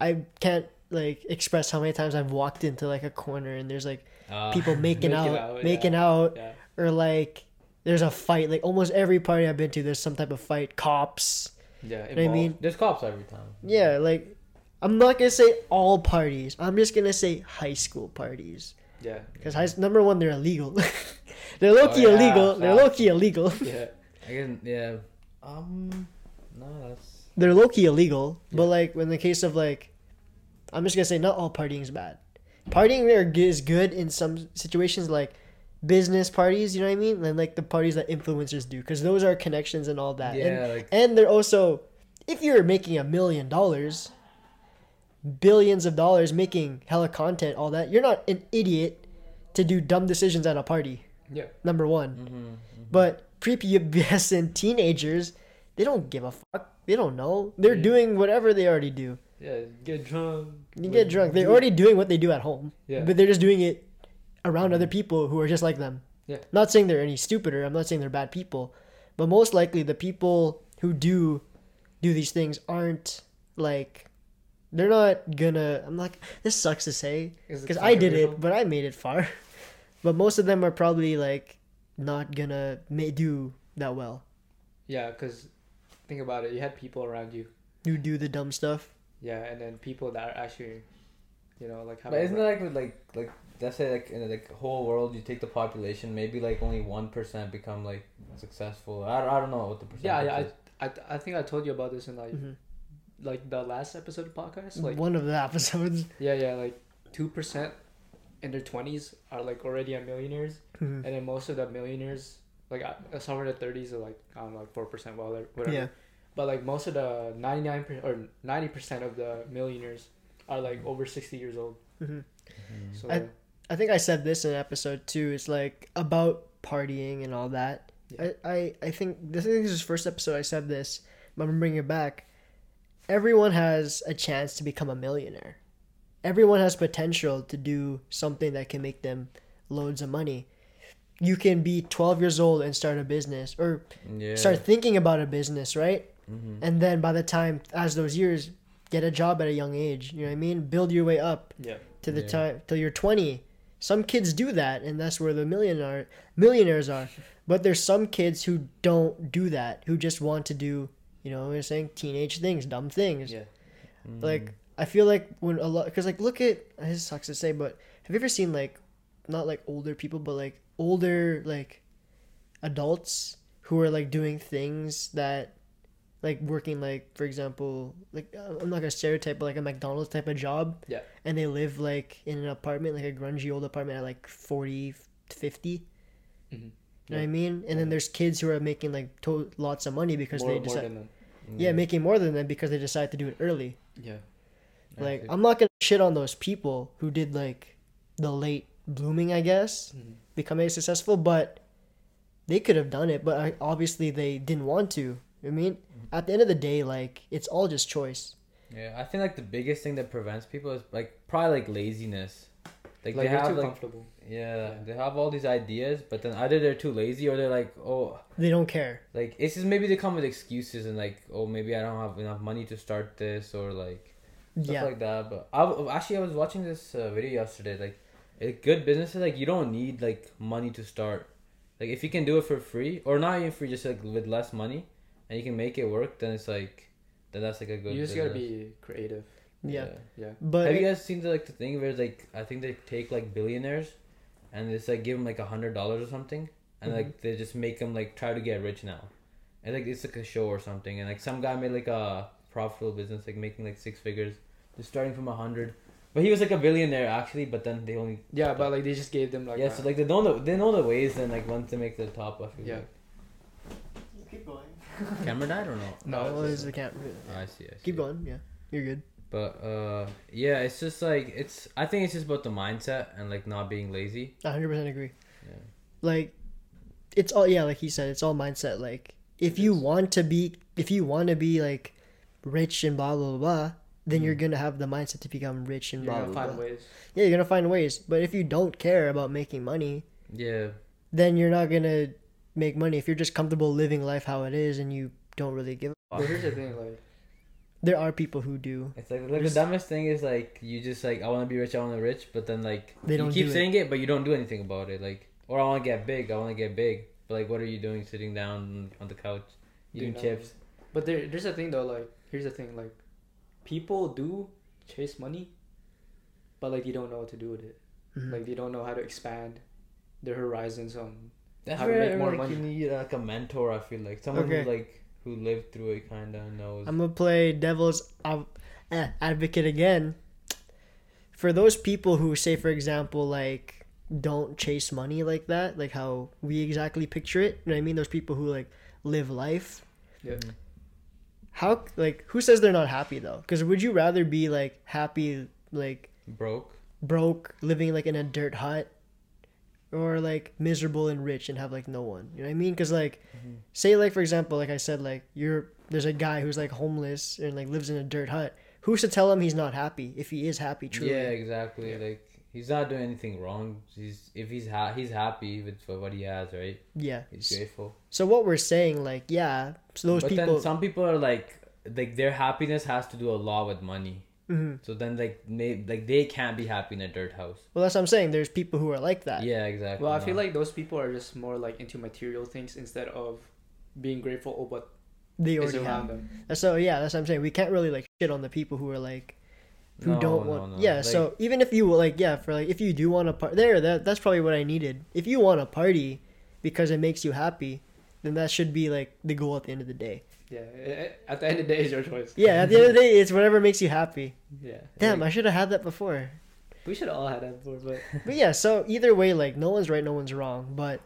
Speaker 1: I can't like express how many times I've walked into like a corner and there's like
Speaker 2: Uh,
Speaker 1: people making
Speaker 3: Making
Speaker 1: out,
Speaker 3: out,
Speaker 1: making
Speaker 3: yeah.
Speaker 1: out,
Speaker 3: Yeah.
Speaker 1: or like there's a fight. Like almost every party I've been to, there's some type of fight. Cops.
Speaker 3: Yeah.
Speaker 1: You know what I mean?
Speaker 2: There's cops every time.
Speaker 1: Yeah, like I'm not gonna say all parties. I'm just gonna say high school parties
Speaker 3: Yeah.
Speaker 1: because high number one they're illegal. they're low key
Speaker 2: Oh, yeah,
Speaker 1: illegal. They're
Speaker 2: facts.
Speaker 1: low key illegal.
Speaker 3: Yeah.
Speaker 2: I guess yeah. Um, no, that's
Speaker 1: they're low key illegal. But like in the case of like, I'm just gonna say not all partying is bad. Partying there g- is good in some situations like business parties. You know what I mean? And like the parties that influencers do because those are connections and all that. And-
Speaker 2: yeah. like
Speaker 1: And they're also, if you're making a million dollars, billions of dollars, making hella content, all that, you're not an idiot to do dumb decisions at a party,
Speaker 3: Yeah.
Speaker 1: number one. But prepubescent teenagers, they don't give a fuck. They don't know. They're
Speaker 3: Yeah.
Speaker 1: doing whatever they already do.
Speaker 3: Yeah. Get drunk.
Speaker 1: You get drunk. They're already doing what they do at home,
Speaker 3: Yeah.
Speaker 1: but they're just doing it around other people who are just like them.
Speaker 3: Yeah.
Speaker 1: Not saying they're any stupider. I'm not saying they're bad people, but most likely the people who do do these things aren't like they're not gonna. I'm like this sucks to say
Speaker 3: Is it
Speaker 1: because I did it,
Speaker 3: controversial?
Speaker 1: but I made it far. But most of them are probably like not gonna ma- do that well.
Speaker 3: Yeah. Cause think about it. You had people around you.
Speaker 1: You do the dumb stuff.
Speaker 3: Yeah. And then people that are actually, you know, like
Speaker 2: But
Speaker 3: having.
Speaker 2: isn't it like with like like let's say like in the like whole world you take the population maybe like only one percent become like successful. I, don't- I don't know what the percentage
Speaker 3: yeah. Yeah.
Speaker 2: is.
Speaker 3: I, I, I think I told you about this in like,
Speaker 1: Mhm.
Speaker 3: like the last episode of podcast. Like.
Speaker 1: One of the episodes.
Speaker 3: Yeah. Yeah. Like two percent in their twenties are like already a millionaires.
Speaker 1: Mhm.
Speaker 3: and then most of the millionaires like uh, some of the 30s are like i don't know like 4% well or whatever
Speaker 1: Yeah.
Speaker 3: but like most of the 99 per- or 90% of the millionaires are like
Speaker 2: Mm-hmm.
Speaker 3: over 60 years old
Speaker 1: Mhm.
Speaker 3: so
Speaker 1: I- I think I said this in episode two. It's like about partying and all that.
Speaker 3: Yeah.
Speaker 1: I, I, I think this is the first episode I said this, but I'm bringing it back. Everyone has a chance to become a millionaire. Everyone has potential to do something that can make them loads of money. You can be 12 years old and start a business or
Speaker 2: yeah.
Speaker 1: start thinking about a business, right?
Speaker 2: Mhm.
Speaker 1: And then by the time, as those years, get a job at a young age. You know what I mean? Build your way up
Speaker 3: yeah
Speaker 1: to the
Speaker 2: Yeah.
Speaker 1: time till you're 20. Some kids do that, and that's where the millionaire millionaires are. But there's some kids who don't do that, who just want to do, you know, what I'm saying teenage things, dumb things.
Speaker 3: yeah
Speaker 1: Like I feel like when a lot, because like look at this sucks to say, but have you ever seen like, not like older people, but like older like, adults who are like doing things that, like working like for example like uh, I'm not gonna stereotype, but like a McDonald's type of job
Speaker 3: yeah
Speaker 1: and they live like in an apartment like a grungy old apartment at like 40 50
Speaker 3: Mhm.
Speaker 1: you know what i mean and then there's kids who are making like to- lots of money because
Speaker 3: more,
Speaker 1: they
Speaker 3: more
Speaker 1: decide
Speaker 3: than them
Speaker 1: yeah making more than them because they decide to do it early
Speaker 3: yeah
Speaker 2: I
Speaker 1: like
Speaker 2: see.
Speaker 1: i'm not gonna shit on those people who did like the late blooming i guess
Speaker 2: Mm-hmm.
Speaker 3: Mhm.
Speaker 1: becoming successful but they could have done it but I- obviously they didn't want to i mean
Speaker 2: Mm-hmm.
Speaker 1: at the end of the day like it's all just choice
Speaker 2: yeah. I think like the biggest thing that prevents people is like probably like laziness. Like,
Speaker 3: like
Speaker 2: they
Speaker 3: you're
Speaker 2: have
Speaker 3: too
Speaker 2: like
Speaker 3: comfortable.
Speaker 2: yeah,
Speaker 3: Yeah.
Speaker 2: they have all these ideas, but then either they're too lazy or they're like, oh,
Speaker 1: They don't care.
Speaker 2: like it's just maybe they come with excuses and like, oh, maybe I don't have enough money to start this or like stuff
Speaker 1: yeah.
Speaker 2: like that. But I w- actually I was watching this uh, video yesterday. Like, it, good businesses like you don't need like money to start. Like if you can do it for free or not even free, just like with less money, and you can make it work, then it's like then that's like a good.
Speaker 3: You just gotta
Speaker 2: business.
Speaker 3: be creative.
Speaker 1: yeah.
Speaker 3: Yeah.
Speaker 1: But
Speaker 2: Have you guys seen the, like the thing where like I think they take like billionaires, and it's like give them like a hundred dollars or something, and
Speaker 1: Mm-hmm.
Speaker 2: like they just make them like try to get rich now, and like it's like a show or something, and like some guy made like a profitable business like making like six figures, just starting from a hundred, but he was like a billionaire actually, but then they only
Speaker 3: Yeah, but like they just gave them like
Speaker 2: yeah,
Speaker 3: a-
Speaker 2: so like they know the they know the ways, and like once they make the top, I feel
Speaker 3: Yeah.
Speaker 1: keep going.
Speaker 2: like. camera died or not?
Speaker 3: No,
Speaker 1: No,
Speaker 3: it's
Speaker 1: it's the camera.
Speaker 2: I see. I see.
Speaker 1: Keep going. Yeah, you're good.
Speaker 2: But uh, yeah, it's just like it's. I think it's just about the mindset and like not being lazy.
Speaker 1: I 100% agree.
Speaker 2: Yeah.
Speaker 1: Like, it's all yeah, like he said, it's all mindset. Like, if you want to be, if you want to be like rich and blah blah blah, blah then you're gonna have the mindset to become rich and
Speaker 3: Mm. you're
Speaker 1: blah
Speaker 3: gonna
Speaker 1: blah.
Speaker 3: find
Speaker 1: blah.
Speaker 3: ways.
Speaker 1: Yeah, you're gonna find ways. But if you don't care about making money,
Speaker 2: Yeah,
Speaker 1: then you're not gonna make money. If you're just comfortable living life how it is and you don't really give,
Speaker 3: But here's the thing, like
Speaker 1: there are people who do.
Speaker 2: it's like, like the dumbest thing is like you just like I want to be rich, I want to rich, but then like
Speaker 1: They don't
Speaker 2: you keep
Speaker 1: do it.
Speaker 2: saying it. but you don't do anything about it. Like, or I want to get big, I want to get big, but like, what are you doing sitting down on the couch eating
Speaker 3: Doing
Speaker 2: chips?
Speaker 3: but there there's a thing though, like here's the thing, like people do chase money but like they don't know what to do with it.
Speaker 2: Mm-hmm.
Speaker 1: Mhm.
Speaker 3: Like they don't know how to expand their horizons on
Speaker 2: That's
Speaker 3: How to make
Speaker 2: where
Speaker 3: more
Speaker 2: like
Speaker 3: money.
Speaker 2: you need like a mentor. I feel like someone
Speaker 1: Okay.
Speaker 2: who like who lived through it, kind of knows.
Speaker 1: I'm gonna play devil's av- eh, advocate again. For those people who say, for example, like don't chase money like that, like how we exactly picture it. You know what I mean? Those people who like live life.
Speaker 3: Yeah.
Speaker 2: Mm-hmm.
Speaker 1: How like who says they're not happy though? Because would you rather be like happy, like
Speaker 2: broke.
Speaker 1: broke, living like in a dirt hut, or like miserable and rich and have like no one? You know what I mean? Because like,
Speaker 2: Mm-hmm.
Speaker 1: say like for example, like I said, like you're there's a guy who's like homeless and like lives in a dirt hut. Who's to tell him he's not happy if he is happy truly?
Speaker 2: Yeah, exactly. Like he's not doing anything wrong. He's if he's ha- he's happy with for what he has, right?
Speaker 1: Yeah.
Speaker 2: He's grateful.
Speaker 1: So what we're saying, like, yeah, so those
Speaker 2: but
Speaker 1: people.
Speaker 2: then some people are like like their happiness has to do a lot with money
Speaker 1: Mhm.
Speaker 2: so then like they like they can't be happy in a dirt house
Speaker 1: Well, that's what I'm saying. There's people who are like that.
Speaker 2: yeah exactly
Speaker 3: Well, I feel
Speaker 2: no.
Speaker 3: like those people are just more like into material things instead of being grateful of what
Speaker 1: They
Speaker 3: is
Speaker 1: already
Speaker 3: around
Speaker 1: have.
Speaker 3: them.
Speaker 1: That's- So yeah, that's what I'm saying. We can't really like shit on the people who are like who
Speaker 2: No,
Speaker 1: don't
Speaker 2: no,
Speaker 1: want.
Speaker 2: no.
Speaker 1: Yeah.
Speaker 2: Like-
Speaker 1: so even if you like, yeah, for like, if you do want to party, there, that that's probably what I needed. If you want to party because it makes you happy, then that should be like the goal at the end of the day.
Speaker 3: Yeah, eh, eh, at the end of the day, it's your choice.
Speaker 1: Yeah. At the end of the day, it's whatever makes you happy.
Speaker 3: Yeah.
Speaker 1: Damn,
Speaker 3: Like,
Speaker 1: I should have had that before.
Speaker 3: we should all have that before, but
Speaker 1: But yeah, so either way, like no one's right, no one's wrong. But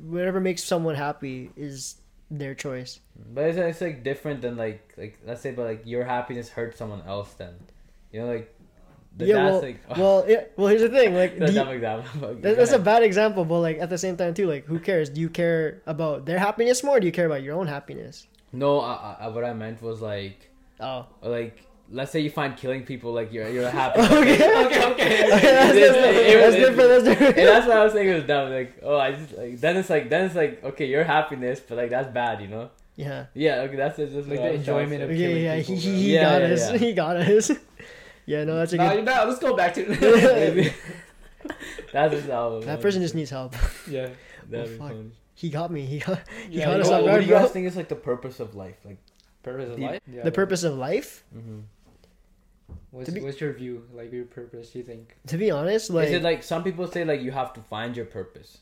Speaker 1: whatever makes someone happy is their choice.
Speaker 2: but it's, it's like different than like like let's say but like your happiness hurts someone else then you know like th-
Speaker 1: yeah. Well,
Speaker 2: that's like
Speaker 1: well, yeah, well. Here's the thing. Like,
Speaker 2: that's
Speaker 1: do you-
Speaker 2: dumb example but
Speaker 1: That, that's a
Speaker 2: yeah.
Speaker 1: bad example, but like at the same time too, like who cares? Do you care about their happiness more? Or do you care about your own happiness?
Speaker 2: no I, I, what i meant was like
Speaker 1: Oh,
Speaker 2: like let's say you find killing people like you're you're happy
Speaker 1: okay,
Speaker 3: okay, okay.
Speaker 1: that's,
Speaker 2: It is-
Speaker 1: different.
Speaker 2: it was-
Speaker 1: that's different. That's different.
Speaker 2: and that's what I was saying it was dumb. Like, oh, I just like then it's like then it's like okay, your happiness, but like that's bad, you know?
Speaker 1: yeah,
Speaker 2: Yeah, okay, that's just
Speaker 3: Like
Speaker 2: what
Speaker 3: the
Speaker 2: I was trying
Speaker 3: enjoyment
Speaker 2: to say.
Speaker 3: of-
Speaker 1: okay,
Speaker 3: killing
Speaker 1: yeah,
Speaker 3: people,
Speaker 1: he,
Speaker 3: bro.
Speaker 1: he, he
Speaker 2: Yeah,
Speaker 1: got
Speaker 2: yeah,
Speaker 1: us.
Speaker 2: yeah.
Speaker 1: He got us. yeah, no, that's
Speaker 3: Now,
Speaker 1: a good.
Speaker 3: you know, let's go back to
Speaker 1: Maybe.
Speaker 2: That's just how
Speaker 1: That person just needs help.
Speaker 3: yeah.
Speaker 2: that
Speaker 1: oh, fuck. He got me. He got
Speaker 3: Yeah,
Speaker 1: got
Speaker 3: you
Speaker 1: us
Speaker 3: know,
Speaker 1: on
Speaker 2: what,
Speaker 1: guard,
Speaker 2: do you
Speaker 1: bro.
Speaker 2: guys think is like the purpose of life? Like,
Speaker 3: Purpose of
Speaker 2: The-
Speaker 3: life. Yeah,
Speaker 1: the purpose of life.
Speaker 2: mm-hmm.
Speaker 3: What's,
Speaker 1: to be-
Speaker 3: what's your view? Like your purpose? You think?
Speaker 1: To be honest, like,
Speaker 2: is it like some people say like you have to find your purpose?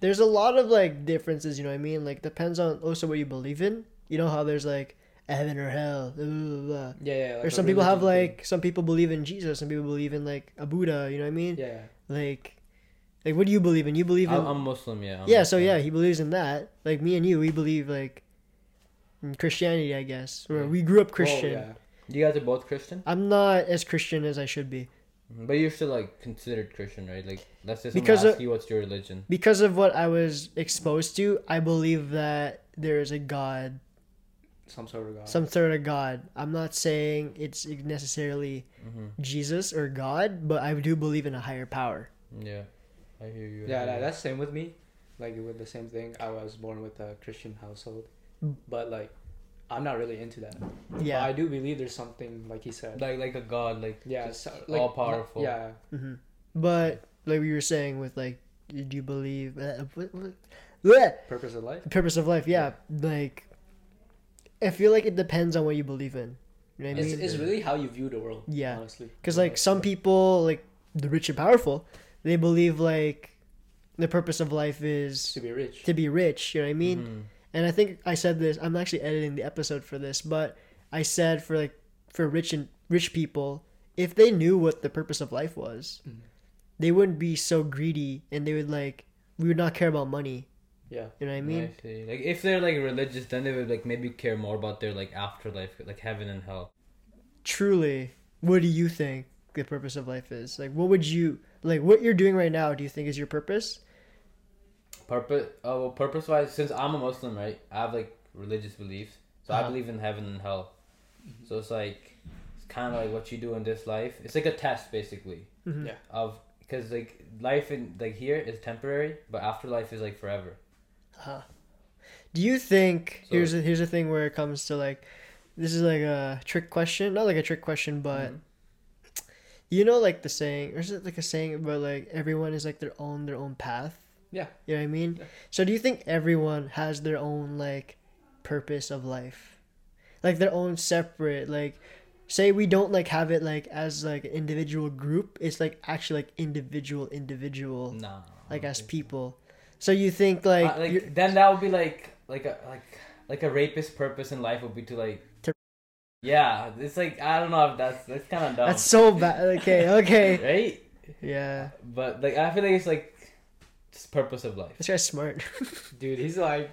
Speaker 1: there's a lot of like differences. You know what I mean? Like depends on also what you believe in. You know how there's like heaven or hell. Blah, blah, blah.
Speaker 3: Yeah, yeah.
Speaker 1: or
Speaker 3: a
Speaker 1: some people have
Speaker 3: religion
Speaker 1: like some people believe in Jesus, some people believe in like a Buddha. You know what I mean?
Speaker 3: thing. Yeah. Oh,
Speaker 1: Like, like what do you believe in? You believe in
Speaker 2: I'm, I'm Muslim, yeah. I'm
Speaker 1: yeah. So
Speaker 2: Muslim.
Speaker 1: yeah, he believes in that. Like me and you, we believe like in Christianity, I guess. Or
Speaker 2: Yeah.
Speaker 1: we grew up
Speaker 3: Well,
Speaker 1: Christian.
Speaker 3: yeah.
Speaker 2: you guys are both Christian,
Speaker 1: I'm not as Christian as I should be
Speaker 2: Mhm. but you're still like considered Christian, right? Like, let's just
Speaker 1: Because
Speaker 2: ask
Speaker 1: of-
Speaker 2: you what's your religion.
Speaker 1: because of what I was exposed to. I believe that there is a God
Speaker 3: some sort of God.
Speaker 1: some sort of God. I'm not saying it's necessarily
Speaker 2: Mhm.
Speaker 1: Jesus or God, but I do believe in a higher power.
Speaker 2: Yeah, I hear you. I
Speaker 3: yeah,
Speaker 2: hear
Speaker 3: that,
Speaker 2: you.
Speaker 3: that's same with me. Like with the same thing, I was born with a Christian household,
Speaker 1: Mm.
Speaker 3: but like, I'm not really into that. but I
Speaker 1: Yeah.
Speaker 3: do believe there's something like he said.
Speaker 2: like like a god, like
Speaker 3: yeah,
Speaker 2: just
Speaker 3: so, like,
Speaker 2: all powerful.
Speaker 3: Yeah,
Speaker 1: hmm But like we were saying, with like, do you believe uh, what- what- bleh,
Speaker 3: purpose of life.
Speaker 1: the purpose of life? Yeah. Like, I feel like it depends on what you believe in. You know what I
Speaker 3: It's,
Speaker 1: mean?
Speaker 3: it's really how you view the world.
Speaker 1: Yeah.
Speaker 3: honestly.
Speaker 1: Because like some people, like the rich and powerful, they believe like the purpose of life is
Speaker 3: to be rich.
Speaker 1: to be rich. You know what I mean?
Speaker 3: Mm-hmm.
Speaker 2: Mhm.
Speaker 1: And I think I said this. I'm actually editing the episode for this, but I said for like for rich and rich people, if they knew what the purpose of life was,
Speaker 3: Mhm.
Speaker 1: they wouldn't be so greedy, and they would like we would not care about money.
Speaker 3: Yeah.
Speaker 1: You know what I mean?
Speaker 2: I see. Like if they're like religious, then they would like maybe care more about their like afterlife, like heaven and hell.
Speaker 1: Truly, what do you think the purpose of life is? Like, what would you like? What you're doing right now? Do you think is your purpose?
Speaker 2: Purpose, uh, well, purpose wise, since I'm a Muslim, right, I have like religious beliefs, so I
Speaker 1: Uh-huh.
Speaker 2: believe in heaven and hell. So it's like it's kind of like what you do in this life. It's like a test, basically.
Speaker 1: Mhm.
Speaker 3: Yeah.
Speaker 2: Of because like life in like here is temporary, but afterlife is like forever.
Speaker 1: Huh. Do you think
Speaker 2: So-
Speaker 1: here's a, here's a thing where it comes to like this is like a trick question, not like a trick question, but
Speaker 2: Mhm.
Speaker 1: you know like the saying, or is it like a saying about like everyone is like their own their own path?
Speaker 3: Yeah.
Speaker 1: You know what I mean?
Speaker 3: Yeah.
Speaker 1: So do you think everyone has their own like purpose of life? Like their own separate like say we don't like have it like as like an individual group, it's like actually like individual individual
Speaker 2: Nah. I
Speaker 1: like
Speaker 2: don't
Speaker 1: as
Speaker 2: think-
Speaker 1: people. So you think like,
Speaker 2: Uh, Mm-hmm. like
Speaker 1: you're-
Speaker 2: then that would be like like a like like a rapist purpose in life would be to like
Speaker 1: To-
Speaker 2: yeah it's like i don't know if that's that's kind
Speaker 3: Oh.
Speaker 2: of dumb
Speaker 1: that's so bad. Okay, okay.
Speaker 2: right
Speaker 1: Yeah,
Speaker 2: but like i feel like it's like just purpose of life
Speaker 1: this guy's smart.
Speaker 3: Dude, he's like,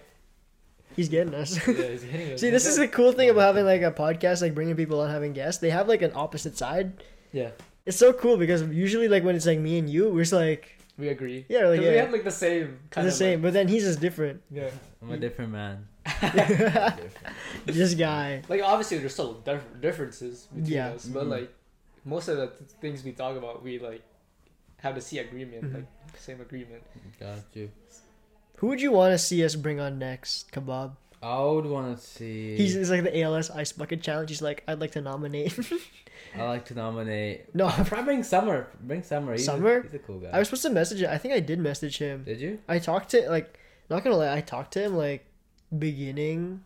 Speaker 1: He's getting us.
Speaker 3: yeah, he's hitting us.
Speaker 1: See, this is the cool thing about having like a podcast, like bringing people on, having guests. They have like an opposite side.
Speaker 3: Yeah,
Speaker 1: It's so cool because usually, like when it's like me and you, we're just like
Speaker 3: we agree.
Speaker 1: Yeah, like,
Speaker 3: 'Cause
Speaker 1: yeah.
Speaker 3: we have like the same kind
Speaker 1: the
Speaker 3: of
Speaker 1: same, but then he's just different.
Speaker 3: Like, yeah.
Speaker 2: i'm a different man
Speaker 1: this guy.
Speaker 3: Like obviously, there's still dif- differences between
Speaker 1: Yeah.
Speaker 3: us, but
Speaker 2: Mhm.
Speaker 3: like most of the th- things we talk about, we like have the same agreement,
Speaker 1: Mhm.
Speaker 3: like same agreement.
Speaker 2: got you
Speaker 1: Who would you want to see us bring on next, Kebab?
Speaker 2: i would want to see
Speaker 1: He's, he's like the ALS Ice Bucket Challenge. He's like, I'd like to nominate.
Speaker 2: i like to nominate
Speaker 1: no,
Speaker 2: i probably bring summer bring summer he's
Speaker 1: Summer?
Speaker 2: a, he's a cool guy
Speaker 1: I was supposed to message him. I think I did message him.
Speaker 2: did you
Speaker 1: I talked to like not gonna lie, I talked to him like beginning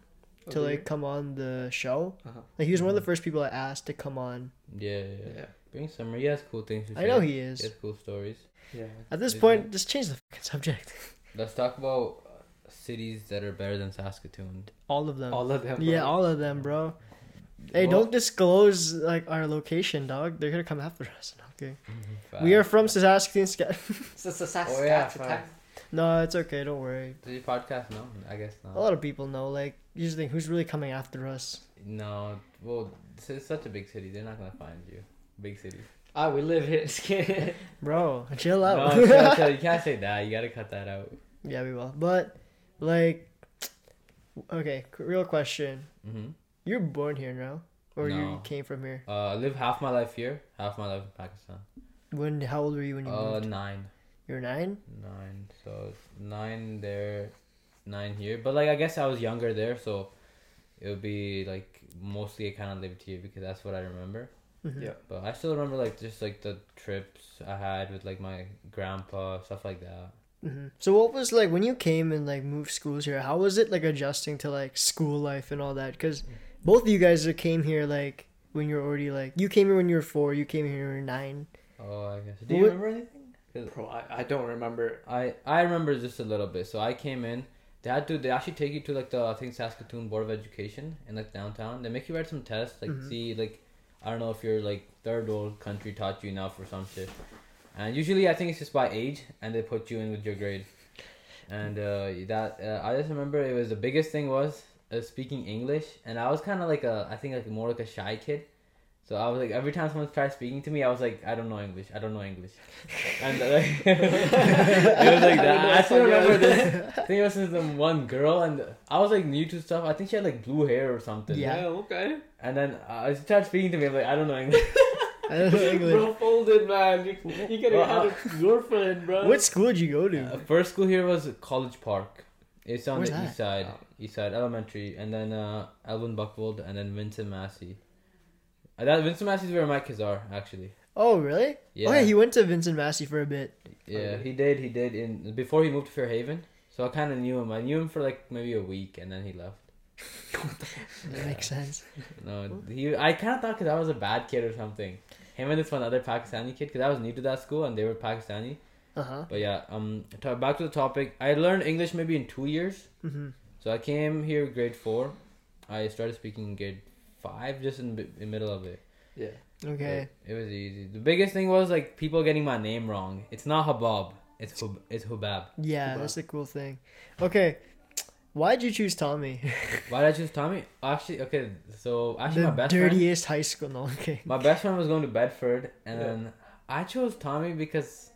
Speaker 3: of
Speaker 1: to
Speaker 3: the
Speaker 1: like
Speaker 3: year.
Speaker 1: come on the show.
Speaker 3: Uh-huh.
Speaker 1: Like he was one of the first people I asked to come on.
Speaker 2: yeah, yeah, yeah.
Speaker 3: yeah,
Speaker 2: bring summer he has cool things to
Speaker 1: I know
Speaker 2: share.
Speaker 1: he is.
Speaker 2: he has cool stories
Speaker 3: yeah.
Speaker 1: At this
Speaker 2: Is
Speaker 1: point, just change the fucking subject.
Speaker 2: let's talk about uh, cities that are better than saskatoon
Speaker 1: All of them.
Speaker 3: All of them.
Speaker 1: yeah,
Speaker 3: bro.
Speaker 1: all of them, bro. Hey,
Speaker 2: Well-
Speaker 1: don't disclose like our location, dog. They're gonna come after us. Okay.
Speaker 2: Facts.
Speaker 1: We are from Saskatchewan. Sca-
Speaker 3: It's just a
Speaker 2: Oh, yeah,
Speaker 3: Saskatchewan.
Speaker 2: fine.
Speaker 1: no, it's okay. Don't worry.
Speaker 2: Did you podcast? No, I guess not.
Speaker 1: A lot of people know. Like, you just think who's really coming after us?
Speaker 2: No, well, it's, it's such a big city. They're not gonna find you. Big city.
Speaker 3: Ah, we live here.
Speaker 1: Bro, chill
Speaker 2: No,
Speaker 1: out.
Speaker 2: chill, chill. You can't say that. You gotta cut that out.
Speaker 1: yeah, we will. But like, okay, c- real question.
Speaker 2: hmm
Speaker 1: You're born here now, or you
Speaker 2: No.
Speaker 1: came from here?
Speaker 2: Uh, I live half my life here, half my life in Pakistan.
Speaker 1: When? How old were you when you
Speaker 2: Uh,
Speaker 1: moved?
Speaker 2: nine,
Speaker 1: You're nine.
Speaker 2: nine. So it's nine there, nine here. But like, I guess I was younger there, so it would be like mostly I kind of lived here because that's what I remember.
Speaker 1: Mhm.
Speaker 3: Yeah.
Speaker 2: But I still remember like just like the trips I had with like my grandpa, stuff like that.
Speaker 1: hmm So what was like when you came and like moved schools here? How was it like adjusting to like school life and all that? Because both of you guys that came here like when you're already like you came here when you were four, you came here when you were nine.
Speaker 2: Oh, I guess. Do you
Speaker 1: What-
Speaker 2: remember anything?
Speaker 3: Bro, I, I don't remember.
Speaker 2: I I remember just a little bit. So I came in. They had to. They actually take you to like the I think Saskatoon Board of Education in like downtown. They make you write some tests. Like
Speaker 1: Mhm.
Speaker 2: see like I don't know if you're like third world country taught you enough or some shit. And usually I think it's just by age, and they put you in with your grade. And uh, that uh, I just remember it was the biggest thing was uh, speaking English, and I was kind of like a I think like more like a shy kid. So I was like, every time someone tried speaking to me, I was like, I don't know English. I don't know English. And like, it was like that. I, still remember this. I think it was this um, one girl, and I was like new to stuff. I think she had like blue hair or something.
Speaker 1: Yeah.
Speaker 3: okay.
Speaker 2: And then uh, she tried speaking to me. I'm like, I don't know English.
Speaker 1: I don't know English.
Speaker 3: Bro, folded man. You, you gotta
Speaker 2: Well,
Speaker 3: have a girlfriend, bro.
Speaker 1: uh, What school did you go
Speaker 2: Uh,
Speaker 1: to?
Speaker 2: first school here was College Park. It's on
Speaker 1: Where's
Speaker 2: the
Speaker 1: that?
Speaker 2: east side,
Speaker 3: Oh.
Speaker 2: east side elementary, and then uh, Alvin Buckwold, and then Vincent Massey. Uh, that Vincent Massey is where my kids are actually.
Speaker 1: Oh, really?
Speaker 2: Yeah,
Speaker 1: Oh, yeah, he went to Vincent Massey for a bit.
Speaker 2: yeah, he did. He did in before he moved to Fairhaven. So I kind of knew him. I knew him for like maybe a week, and then he left.
Speaker 1: That makes sense.
Speaker 2: No, he. I kind of thought 'cause I was a bad kid or something. Him and this one other Pakistani kid, because I was new to that school and they were Pakistani.
Speaker 1: Uh huh.
Speaker 2: But yeah, um, to, back to the topic. I learned English maybe in two years.
Speaker 1: hmm
Speaker 2: So I came here grade four. I started speaking in grade five, just in the in middle of it.
Speaker 3: Yeah.
Speaker 1: Okay.
Speaker 2: It, it was easy. The biggest thing was like people getting my name wrong. It's not Habab. It's Hub. It's Hubab.
Speaker 1: Yeah,
Speaker 3: Cool.
Speaker 1: that's the cool thing. Okay, why'd you choose Tommy?
Speaker 2: Why did I choose Tommy? Actually, okay. So actually,
Speaker 1: the
Speaker 2: my best friend,
Speaker 1: dirtiest high school. No, okay.
Speaker 2: my best friend was going to Bedford, and
Speaker 3: Yeah.
Speaker 2: then I chose Tommy because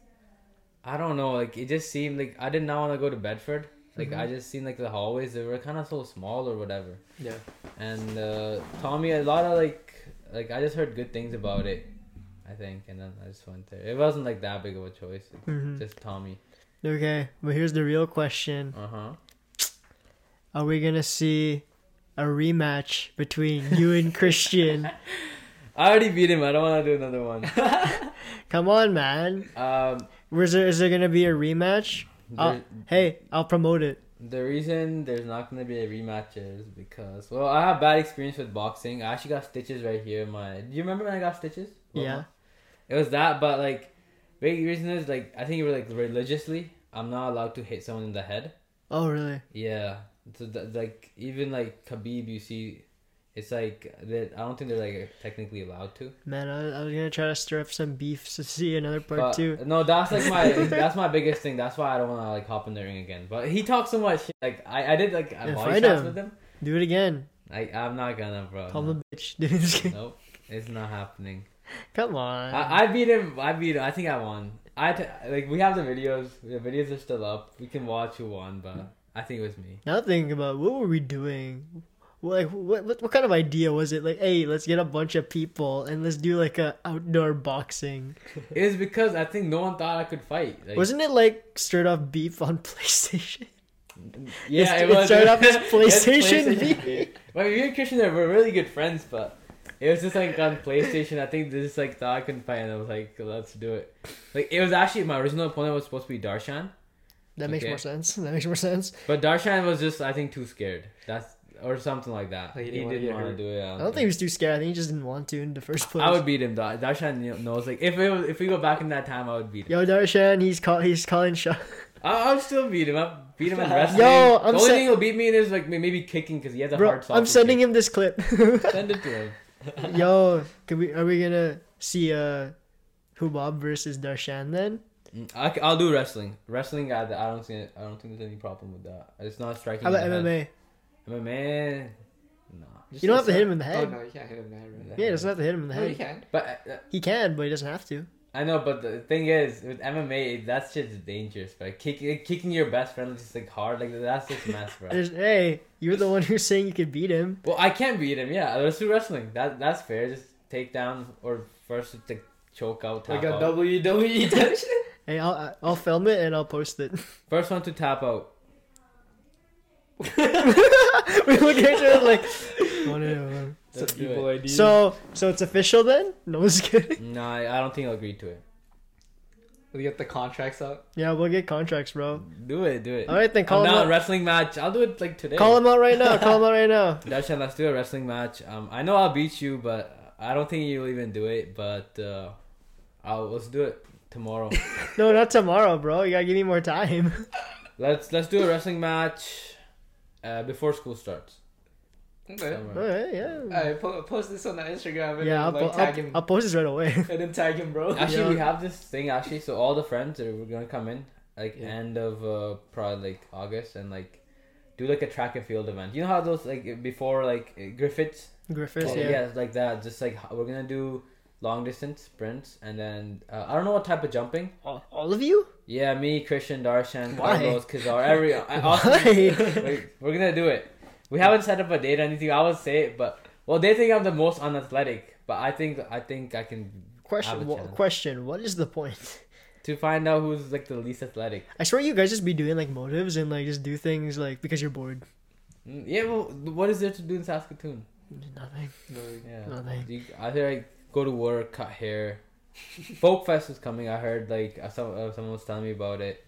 Speaker 2: I don't know. Like it just seemed like I did not want to go to Bedford. Like
Speaker 1: Mm-hmm.
Speaker 2: I just seen like the hallways they were kind of so small or whatever.
Speaker 3: Yeah.
Speaker 2: and uh, Tommy a lot of like like I just heard good things about it, I think, and then I just went there. It wasn't like that big of a choice. It's
Speaker 1: Mhm.
Speaker 2: Just Tommy.
Speaker 1: Okay, but here's the real question:
Speaker 2: Uh huh.
Speaker 1: Are we gonna see a rematch between you and Christian?
Speaker 2: I already beat him. I don't want to do another one.
Speaker 1: Come on, man.
Speaker 2: Um,
Speaker 1: Is there is there gonna be a rematch? Uh,
Speaker 2: there,
Speaker 1: hey, I'll promote it.
Speaker 2: the reason there's not gonna be a rematch is because well, I have bad experience with boxing. I actually got stitches right here. in My, do you remember when I got stitches?
Speaker 1: Yeah.
Speaker 2: It was that, but like, big reason is like I think it was like religiously. I'm not allowed to hit someone in the head.
Speaker 1: Oh, really?
Speaker 2: Yeah, so th- like even like Khabib, you see, it's like that. I don't think they're like technically allowed to.
Speaker 1: Man, I, I was gonna try to stir up some beef to see another part
Speaker 2: But-
Speaker 1: two.
Speaker 2: No, that's like my that's my biggest thing. That's why I don't want to like hop in the ring again. But he talks so much. shit. Like I, I did like
Speaker 1: Yeah,
Speaker 2: a body
Speaker 1: fight
Speaker 2: shots
Speaker 1: him.
Speaker 2: with him.
Speaker 1: Do it again.
Speaker 2: Like I'm not gonna, bro.
Speaker 1: Call
Speaker 2: No.
Speaker 1: him a bitch. dude.
Speaker 2: Nope, it's not happening.
Speaker 1: Come on.
Speaker 2: I, I beat him. I beat him. I think I won. I t- like we have the videos. The videos are still up. We can watch who won, but I think it was me.
Speaker 1: Now thinking about what were we doing? Like what, what what kind of idea was it? Like, hey, let's get a bunch of people and let's do like a outdoor boxing.
Speaker 2: It was because I think no one thought I could fight. Like,
Speaker 1: Wasn't it like straight off beef on PlayStation?
Speaker 2: Yeah,
Speaker 1: It's-
Speaker 2: it,
Speaker 1: it
Speaker 2: was.
Speaker 1: started off as
Speaker 2: It's
Speaker 1: PlayStation
Speaker 2: V. Well, me and Christian are- were really good friends, but it was just like on PlayStation. I think this is like thought I couldn't fight, and I was like, let's do it. Like it was actually my original opponent was supposed to be Darshan,
Speaker 1: That makes
Speaker 2: Okay.
Speaker 1: more sense. That makes more sense.
Speaker 2: but Darshan was just I think too scared. That's or something like that.
Speaker 3: Like, he
Speaker 2: he
Speaker 3: didn't wanna
Speaker 2: didn't
Speaker 3: get
Speaker 2: want to
Speaker 3: hurt.
Speaker 2: do it.
Speaker 1: I don't think he was too scared. I think he just didn't want to in the first place.
Speaker 2: I would beat him. Da- Darshan kn- knows. Like if it was, if we go back in that time, I would beat him.
Speaker 1: Yo, Darshan, he's call he's calling shot.
Speaker 2: I- I'll still beat him. I beat him in wrestling.
Speaker 1: Yo, I'm
Speaker 2: the only
Speaker 1: sen-
Speaker 2: thing he'll beat me in is like may- maybe kicking because he has a
Speaker 1: Bro,
Speaker 2: hard.
Speaker 1: I'm sending him this clip.
Speaker 2: Send it to him.
Speaker 1: Yo, can we are we gonna see uh Hubab versus Darshan then?
Speaker 2: Mm, I, c- I'll do wrestling. Wrestling, I, I don't see. I don't think there's any problem with that. It's not striking.
Speaker 1: How about
Speaker 2: in the
Speaker 1: MMA?
Speaker 2: Head. MMA, nah. Just
Speaker 1: You don't have to
Speaker 2: let's
Speaker 1: hit him in the
Speaker 3: Oh
Speaker 1: head.
Speaker 3: no, you can't hit him there.
Speaker 2: not-
Speaker 3: Right?
Speaker 1: Yeah, he doesn't have to hit him in the
Speaker 3: No, you
Speaker 1: head.
Speaker 3: can.
Speaker 2: But uh,
Speaker 1: He can, but he doesn't have to.
Speaker 2: I know. But the thing is, with MMA, that shit's dangerous. But kicking, kicking your best friend just like hard, like that's just mess, bro.
Speaker 1: There's, hey, you're the one who's saying you could beat him.
Speaker 2: well, I can't beat him. Yeah, let's do wrestling. That that's fair. Just take down or first to choke out, tap
Speaker 3: Like a E
Speaker 2: out.
Speaker 3: WWE touch.
Speaker 1: Hey, I'll I- I'll film it and I'll post it.
Speaker 2: First one to tap out.
Speaker 1: we look at each other like. "One and one."
Speaker 2: Let's do
Speaker 3: evil idea.
Speaker 1: So so it's official then? No, I'm just kidding.
Speaker 2: Nah, I I don't think I'll agree to it.
Speaker 3: we get the contracts out.
Speaker 1: Yeah, we'll get contracts, bro.
Speaker 2: Do it, do it.
Speaker 1: All right then,
Speaker 2: I'm
Speaker 1: call him
Speaker 2: down,
Speaker 1: out.
Speaker 2: wrestling match. I'll do it like today.
Speaker 1: Call him out right now. Call him out right now.
Speaker 2: Darshan, let's do a wrestling match. Um, I know I'll beat you, but I don't think you'll even do it. But uh, I'll, let's do it tomorrow.
Speaker 1: No, not tomorrow, bro. You gotta give me more time.
Speaker 2: let's let's do a wrestling match uh, before school starts.
Speaker 3: Okay.
Speaker 1: All
Speaker 2: somewhere.
Speaker 1: right, yeah.
Speaker 3: Alright, po- post this on the Instagram and
Speaker 1: uh, Yeah, I'll,
Speaker 3: then, like
Speaker 1: po-
Speaker 3: tag
Speaker 1: I'll,
Speaker 3: him
Speaker 1: I'll post this right away.
Speaker 3: and then tag him, bro.
Speaker 2: Actually,
Speaker 1: Yeah.
Speaker 2: we have this thing. Actually, so all the friends are we're gonna come in like
Speaker 3: Yeah.
Speaker 2: end of uh, probably like August and like do like a track and field event. You know how those like before like uh, Griffiths.
Speaker 1: Griffiths,
Speaker 2: Oh, yeah.
Speaker 1: yeah.
Speaker 2: like that. Just like h- we're gonna do long distance sprints, and then uh, I don't know what type of jumping.
Speaker 1: All, all of you?
Speaker 2: Yeah, me, Christian, Darshan,
Speaker 1: Why?
Speaker 2: Carlos, Kazar, every I- Austin,
Speaker 1: Why?
Speaker 2: Wait, we're gonna do it. We haven't set up a date or anything. I would say it, but well, they think I'm the most unathletic, but I think I think I can have a
Speaker 1: question. wha-
Speaker 2: chance.
Speaker 1: question. What is the point?
Speaker 2: to find out who's like the least athletic.
Speaker 1: I swear you guys just be doing like motives and like just do things like because you're bored.
Speaker 2: Mm, Yeah, well, what is there to do in Saskatoon?
Speaker 1: Nothing.
Speaker 2: Yeah,
Speaker 1: Nothing.
Speaker 2: You, I hear I go to work, cut hair. Folk Fest is coming. I heard like uh, some, uh, someone was telling me about it.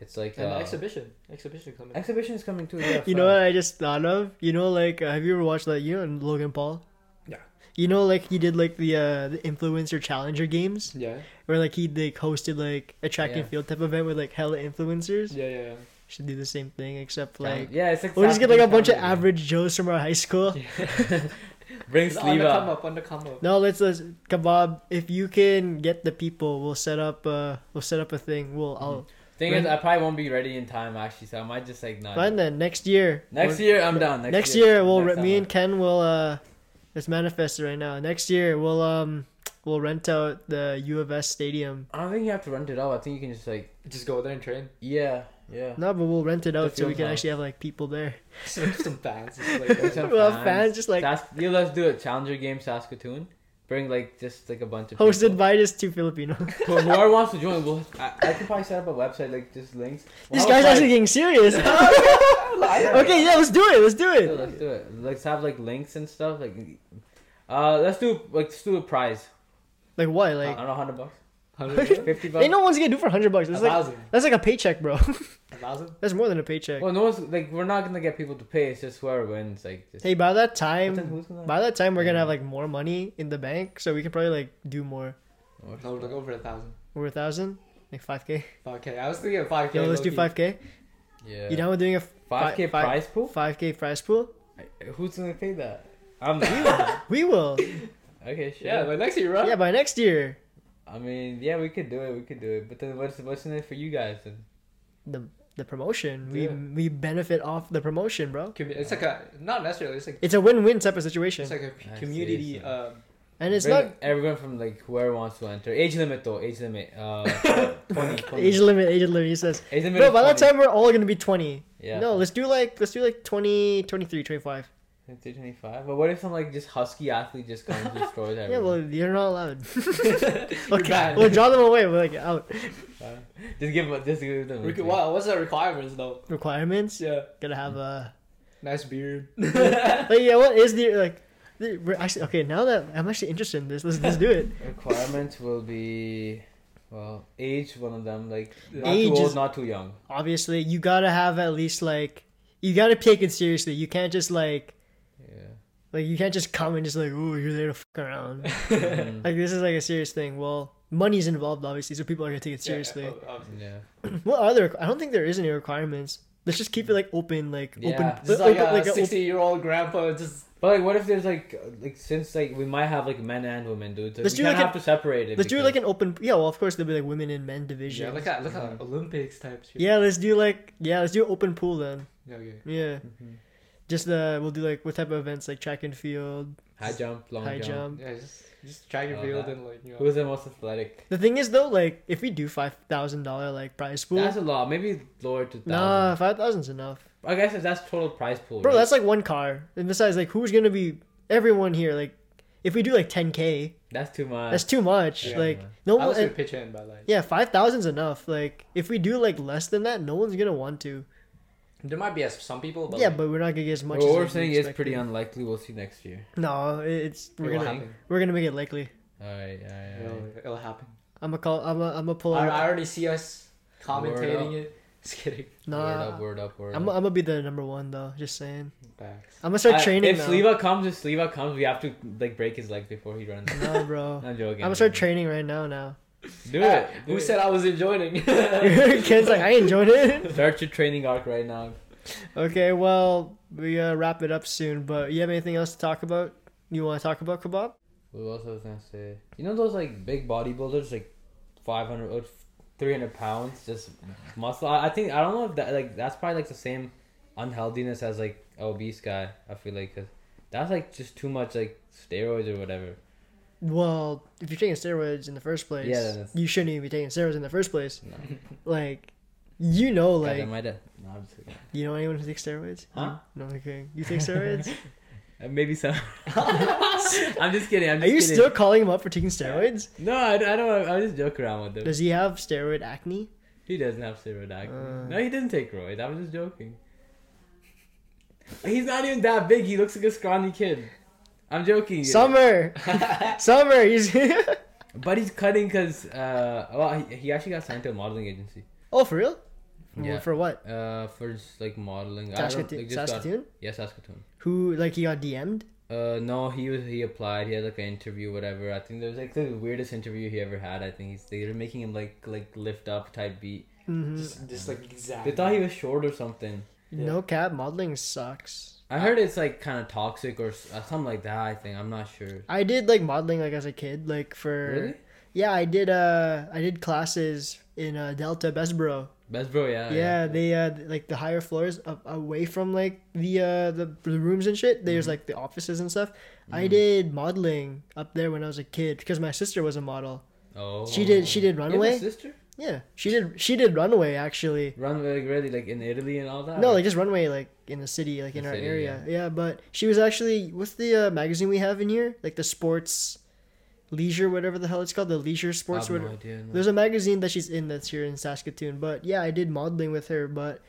Speaker 2: It's like
Speaker 3: An
Speaker 2: uh,
Speaker 3: exhibition. Exhibition coming.
Speaker 2: exhibition is coming too. Yeah,
Speaker 1: You know what I just thought of? You know, like, uh, have you ever watched that? You know, Logan Paul.
Speaker 3: Yeah.
Speaker 1: You know, like he did like the uh, the influencer challenger games,
Speaker 3: yeah.
Speaker 1: where like he like hosted like a track
Speaker 2: Yeah.
Speaker 1: and field type event with like hella influencers.
Speaker 3: Yeah, yeah,
Speaker 1: Should do the same thing except
Speaker 2: Fun.
Speaker 1: like
Speaker 2: yeah, it's like
Speaker 1: we'll just get like a bunch of
Speaker 2: Saskatoon
Speaker 1: average Joes from our high school.
Speaker 2: comedy. Bring
Speaker 3: yeah. On the
Speaker 2: sleeve
Speaker 3: come
Speaker 2: up.
Speaker 3: up, on the come up.
Speaker 1: No, let's let's kebab. If you can get the people, we'll set up uh we'll set up a thing. We'll I'll
Speaker 2: Thing is, I probably won't be ready in time actually, so I might just like not.
Speaker 1: fine then next year.
Speaker 2: Mm-hmm. Next
Speaker 1: we're-
Speaker 2: year, I'm down. Next,
Speaker 1: Next year, we'll
Speaker 2: Next
Speaker 1: re- me
Speaker 2: summer.
Speaker 1: and Ken will uh it's manifested right now. Next year we'll um we'll rent out the U of S stadium.
Speaker 2: I don't think you have to rent it out. I think you can just like
Speaker 3: Just go there and train.
Speaker 2: yeah, yeah.
Speaker 1: No, but we'll rent it out so we
Speaker 2: field
Speaker 1: can
Speaker 2: house.
Speaker 1: actually have like people there.
Speaker 3: Some some fans. Just like,
Speaker 2: Some
Speaker 1: We'll have
Speaker 2: fans.
Speaker 1: fans just like
Speaker 2: Sask- yeah, let's do it. Challenger game, Saskatoon. Bring like just like a bunch of
Speaker 1: hosted
Speaker 2: people.
Speaker 1: by just two Filipino.
Speaker 2: Who- Whoever wants to join, we'll, I, I can probably set up a website like just links.
Speaker 1: this
Speaker 2: Well,
Speaker 1: guy's
Speaker 2: like-
Speaker 1: actually getting serious. okay, yeah, let's do it. Let's do
Speaker 2: Yeah,
Speaker 1: it.
Speaker 2: let's do it. Let's have like links and stuff. Like, uh, let's do like let's do a prize.
Speaker 1: Like what?
Speaker 2: Like, I
Speaker 1: Like
Speaker 2: don't know, hundred bucks,
Speaker 3: Hundred?
Speaker 2: fifty bucks.
Speaker 1: ain't no one's gonna do for hundred bucks.
Speaker 3: A
Speaker 1: That's like
Speaker 3: thousand.
Speaker 1: that's like a paycheck, bro.
Speaker 3: A thousand?
Speaker 1: that's more than a paycheck.
Speaker 2: Well, no one's like we're not gonna get people to pay. It's just whoever wins. Like, just,
Speaker 1: Hey, um, by that
Speaker 2: But then
Speaker 1: time,
Speaker 2: who's gonna?
Speaker 1: by that time we're gonna have like more money in the bank, so we could probably like do more.
Speaker 3: No, like over a thousand.
Speaker 1: Over a thousand, like five k.
Speaker 3: 5k. I was thinking of 5k.
Speaker 1: Yo, let's do
Speaker 3: low-key.
Speaker 1: five k.
Speaker 2: yeah,
Speaker 1: You know we're doing a
Speaker 2: five k
Speaker 1: fi- fi-
Speaker 2: prize pool.
Speaker 1: five k prize pool.
Speaker 2: Who's gonna pay that? I'm not.
Speaker 1: We will.
Speaker 2: okay, sure.
Speaker 3: Yeah, but next year, right?
Speaker 1: yeah, by next year,
Speaker 2: I mean, yeah, we could do it. We could do it. But then, what's what's in it for you guys? Then?
Speaker 1: the the promotion. We
Speaker 3: Yeah.
Speaker 1: we benefit off the promotion, bro.
Speaker 3: Commu- It's like a not necessarily. It's like
Speaker 1: It's a win win type of situation,
Speaker 3: it's like a
Speaker 2: I see,
Speaker 3: community.
Speaker 2: so-
Speaker 3: Um,
Speaker 1: and it's
Speaker 2: Bring
Speaker 1: not
Speaker 2: everyone from like whoever wants to enter. Age limit though. Age limit. Uh, 20, 20.
Speaker 1: age limit. Age limit. He says,
Speaker 2: Age limit.
Speaker 1: bro.
Speaker 2: is
Speaker 1: By that
Speaker 2: 20.
Speaker 1: time we're all gonna be twenty.
Speaker 2: Yeah.
Speaker 1: No, let's do like let's do like 20, 23, 25.
Speaker 2: 23, 25. But what if some like just husky athlete just comes and destroys
Speaker 1: Yeah, well,
Speaker 2: everyone?
Speaker 1: you're not allowed.
Speaker 3: You're
Speaker 1: okay,
Speaker 3: banned.
Speaker 1: we'll draw them away. We're like out
Speaker 2: Uh, just give just give them. a
Speaker 3: rec-
Speaker 2: drink.
Speaker 3: wow, what's the requirements though?
Speaker 1: requirements.
Speaker 3: Yeah,
Speaker 1: Gotta have a.
Speaker 3: nice beard.
Speaker 1: Like, yeah, what is the like? the- We're actually okay now that I'm actually interested in this. Let's let's do it.
Speaker 2: Requirements will be, well, age one of them. Like not
Speaker 1: Age
Speaker 2: too old,
Speaker 1: is-
Speaker 2: not too young.
Speaker 1: Obviously, you gotta have at least like you gotta take it seriously. You can't just like
Speaker 2: Yeah.
Speaker 1: like you can't just come and just like oh you're there to fuck around.
Speaker 2: Mhm.
Speaker 1: like this is like a serious thing. Well, money's involved obviously, so people are gonna take it seriously.
Speaker 3: Yeah, ob- obviously.
Speaker 2: yeah.
Speaker 1: what are the? requ- I don't think there is any requirements. Let's just keep it like open, like
Speaker 2: Yeah.
Speaker 1: open,
Speaker 3: Just
Speaker 1: open,
Speaker 3: like a
Speaker 1: like a op-
Speaker 3: sixty-year-old grandpa. Just
Speaker 2: But like, what if there's like, uh, like since like we might have like men and women, dude. So
Speaker 1: Let's
Speaker 2: we
Speaker 1: do,
Speaker 2: kind
Speaker 1: like,
Speaker 2: of have to separate it.
Speaker 1: Let's do
Speaker 2: because-
Speaker 1: like an open. Yeah, well, of course there'll be like women and men
Speaker 3: yeah,
Speaker 1: division.
Speaker 3: look at look at Olympics type shit.
Speaker 1: yeah, let's do like yeah, let's do open pool then.
Speaker 3: Yeah, okay.
Speaker 1: Yeah.
Speaker 2: Mhm.
Speaker 1: Just the we'll do like what type of events like track and field,
Speaker 2: high jump,
Speaker 3: Oh
Speaker 2: long
Speaker 1: high
Speaker 2: jump.
Speaker 1: jump.
Speaker 3: Yeah, just just track and
Speaker 2: Love
Speaker 3: field
Speaker 2: that.
Speaker 3: and like you know.
Speaker 2: Who's the most athletic?
Speaker 1: The thing is though, like if we do five thousand dollar like prize pool,
Speaker 2: That's a lot. Maybe lower to thousand.
Speaker 1: nah, five thousand's enough,
Speaker 2: I guess if that's total prize pool.
Speaker 1: bro.
Speaker 2: right?
Speaker 1: That's like one car, and besides, like who's gonna be everyone here? Like if we do like ten k,
Speaker 2: that's too much.
Speaker 1: that's too much.
Speaker 3: yeah,
Speaker 1: like
Speaker 2: man.
Speaker 1: no
Speaker 3: I
Speaker 1: one.
Speaker 3: was gonna
Speaker 1: and-
Speaker 3: pitch in, but like
Speaker 1: yeah, five thousand's enough. Like if we do like less than that, no one's gonna want to.
Speaker 3: there might be as- some people, but
Speaker 1: yeah,
Speaker 3: like,
Speaker 1: but we're not gonna get as much.
Speaker 2: Well,
Speaker 1: as
Speaker 2: what we're
Speaker 1: we
Speaker 2: saying is pretty
Speaker 1: expected.
Speaker 2: unlikely. We'll see next year.
Speaker 1: No, it's
Speaker 3: it
Speaker 1: we're
Speaker 3: will
Speaker 1: gonna
Speaker 3: happen.
Speaker 1: we're gonna make it likely.
Speaker 2: All right, all right. all right.
Speaker 3: It'll, it'll happen.
Speaker 1: I'm gonna call. I'm gonna, I'm gonna pull.
Speaker 3: I,
Speaker 1: out.
Speaker 3: I already see us
Speaker 2: up.
Speaker 3: commentating it. Just kidding.
Speaker 2: Word
Speaker 1: Nah,
Speaker 2: up, word up, word
Speaker 1: I'm
Speaker 2: up.
Speaker 1: I'm gonna be the number one though. Just saying.
Speaker 3: Facts.
Speaker 1: I'm gonna start
Speaker 2: I-
Speaker 1: training
Speaker 2: if
Speaker 1: now.
Speaker 2: Sleva comes, if Sleva comes, we have to like break his leg before he runs.
Speaker 1: no, bro.
Speaker 2: I'm joking.
Speaker 1: I'm gonna start training right now. Now,
Speaker 2: Do
Speaker 3: Ah,
Speaker 2: it. Do
Speaker 3: Who
Speaker 2: it.
Speaker 3: said I was enjoying?
Speaker 1: kids like I enjoyed it.
Speaker 2: Start your training arc right now.
Speaker 1: Okay, well we uh, wrap it up soon. But you have anything else to talk about? You want to talk about kebab?
Speaker 2: What else I was gonna say? You know those like big bodybuilders, like 500 or 300 pounds, just muscle. I I think I don't know if that like that's probably like the same unhealthiness as like a obese guy. I feel like 'cause that's like just too much like steroids or whatever.
Speaker 1: Well, if you're taking steroids in the first place,
Speaker 2: Yeah, then it's-
Speaker 1: you shouldn't even be taking steroids in the first place.
Speaker 2: No.
Speaker 1: Like, you know,
Speaker 2: Like,
Speaker 1: like,
Speaker 2: God, might have, no, I'm just kidding.
Speaker 1: you know anyone who takes steroids?
Speaker 2: Huh?
Speaker 1: No, I'm kidding. You take steroids?
Speaker 2: Uh, Maybe some. I'm just kidding. I'm
Speaker 1: Are
Speaker 2: just
Speaker 1: you
Speaker 2: kidding.
Speaker 1: still calling him up for taking steroids?
Speaker 2: No, I, I don't. I just joke around with him.
Speaker 1: Does he have steroid acne?
Speaker 2: He doesn't have steroid acne.
Speaker 1: Uh.
Speaker 2: no, he doesn't take roids. I was just joking. He's not even that big. He looks like a scrawny kid. I'm joking. you know.
Speaker 1: Summer, summer. He's
Speaker 2: But he's cutting because uh, well, he, he actually got signed to a modeling agency.
Speaker 1: oh for real? For-
Speaker 2: Yeah.
Speaker 1: For what?
Speaker 2: Uh, for just like modeling. I don't-
Speaker 1: Saskatoon.
Speaker 2: like, just got-
Speaker 1: Saskatoon?
Speaker 2: yeah, Saskatoon.
Speaker 1: Who like he got DM'd?
Speaker 2: Uh, no, he was he applied. He had like an interview, whatever. I think there was like the weirdest interview he ever had. I think he's they were making him like like lift up type beat.
Speaker 1: hmm
Speaker 3: Just, just like exactly.
Speaker 2: They thought he was short or something.
Speaker 3: Yeah.
Speaker 1: No cap. Modeling sucks.
Speaker 2: I heard it's like kind of toxic or s- uh, something like that. I think I'm not sure.
Speaker 1: I did like modeling like as a kid, like for
Speaker 2: Really?
Speaker 1: yeah. I did uh I did classes in uh, Delta Besbro.
Speaker 2: Best bro, Oh, yeah.
Speaker 1: yeah, they uh th- like the higher floors up, away from like the uh the, the rooms and shit. There's like the offices and stuff. I did modeling up there when I was a kid because my sister was a model.
Speaker 2: Oh.
Speaker 1: She did she did
Speaker 2: You have a
Speaker 1: runway.
Speaker 2: sister?
Speaker 1: Yeah, she did she did runway actually.
Speaker 2: Runway, like, really, like in Italy and all that?
Speaker 1: No, like just runway like in the city, like in
Speaker 2: Oh.
Speaker 1: our
Speaker 2: The city,
Speaker 1: area. Yeah. but she was actually what's the uh, magazine we have in here? Like the sports leisure whatever the hell it's called, the leisure
Speaker 2: I
Speaker 1: sports
Speaker 2: have no
Speaker 1: whatever.
Speaker 2: idea, no.
Speaker 1: There's a magazine that she's in that's here in Saskatoon. But yeah, I did modeling with her, but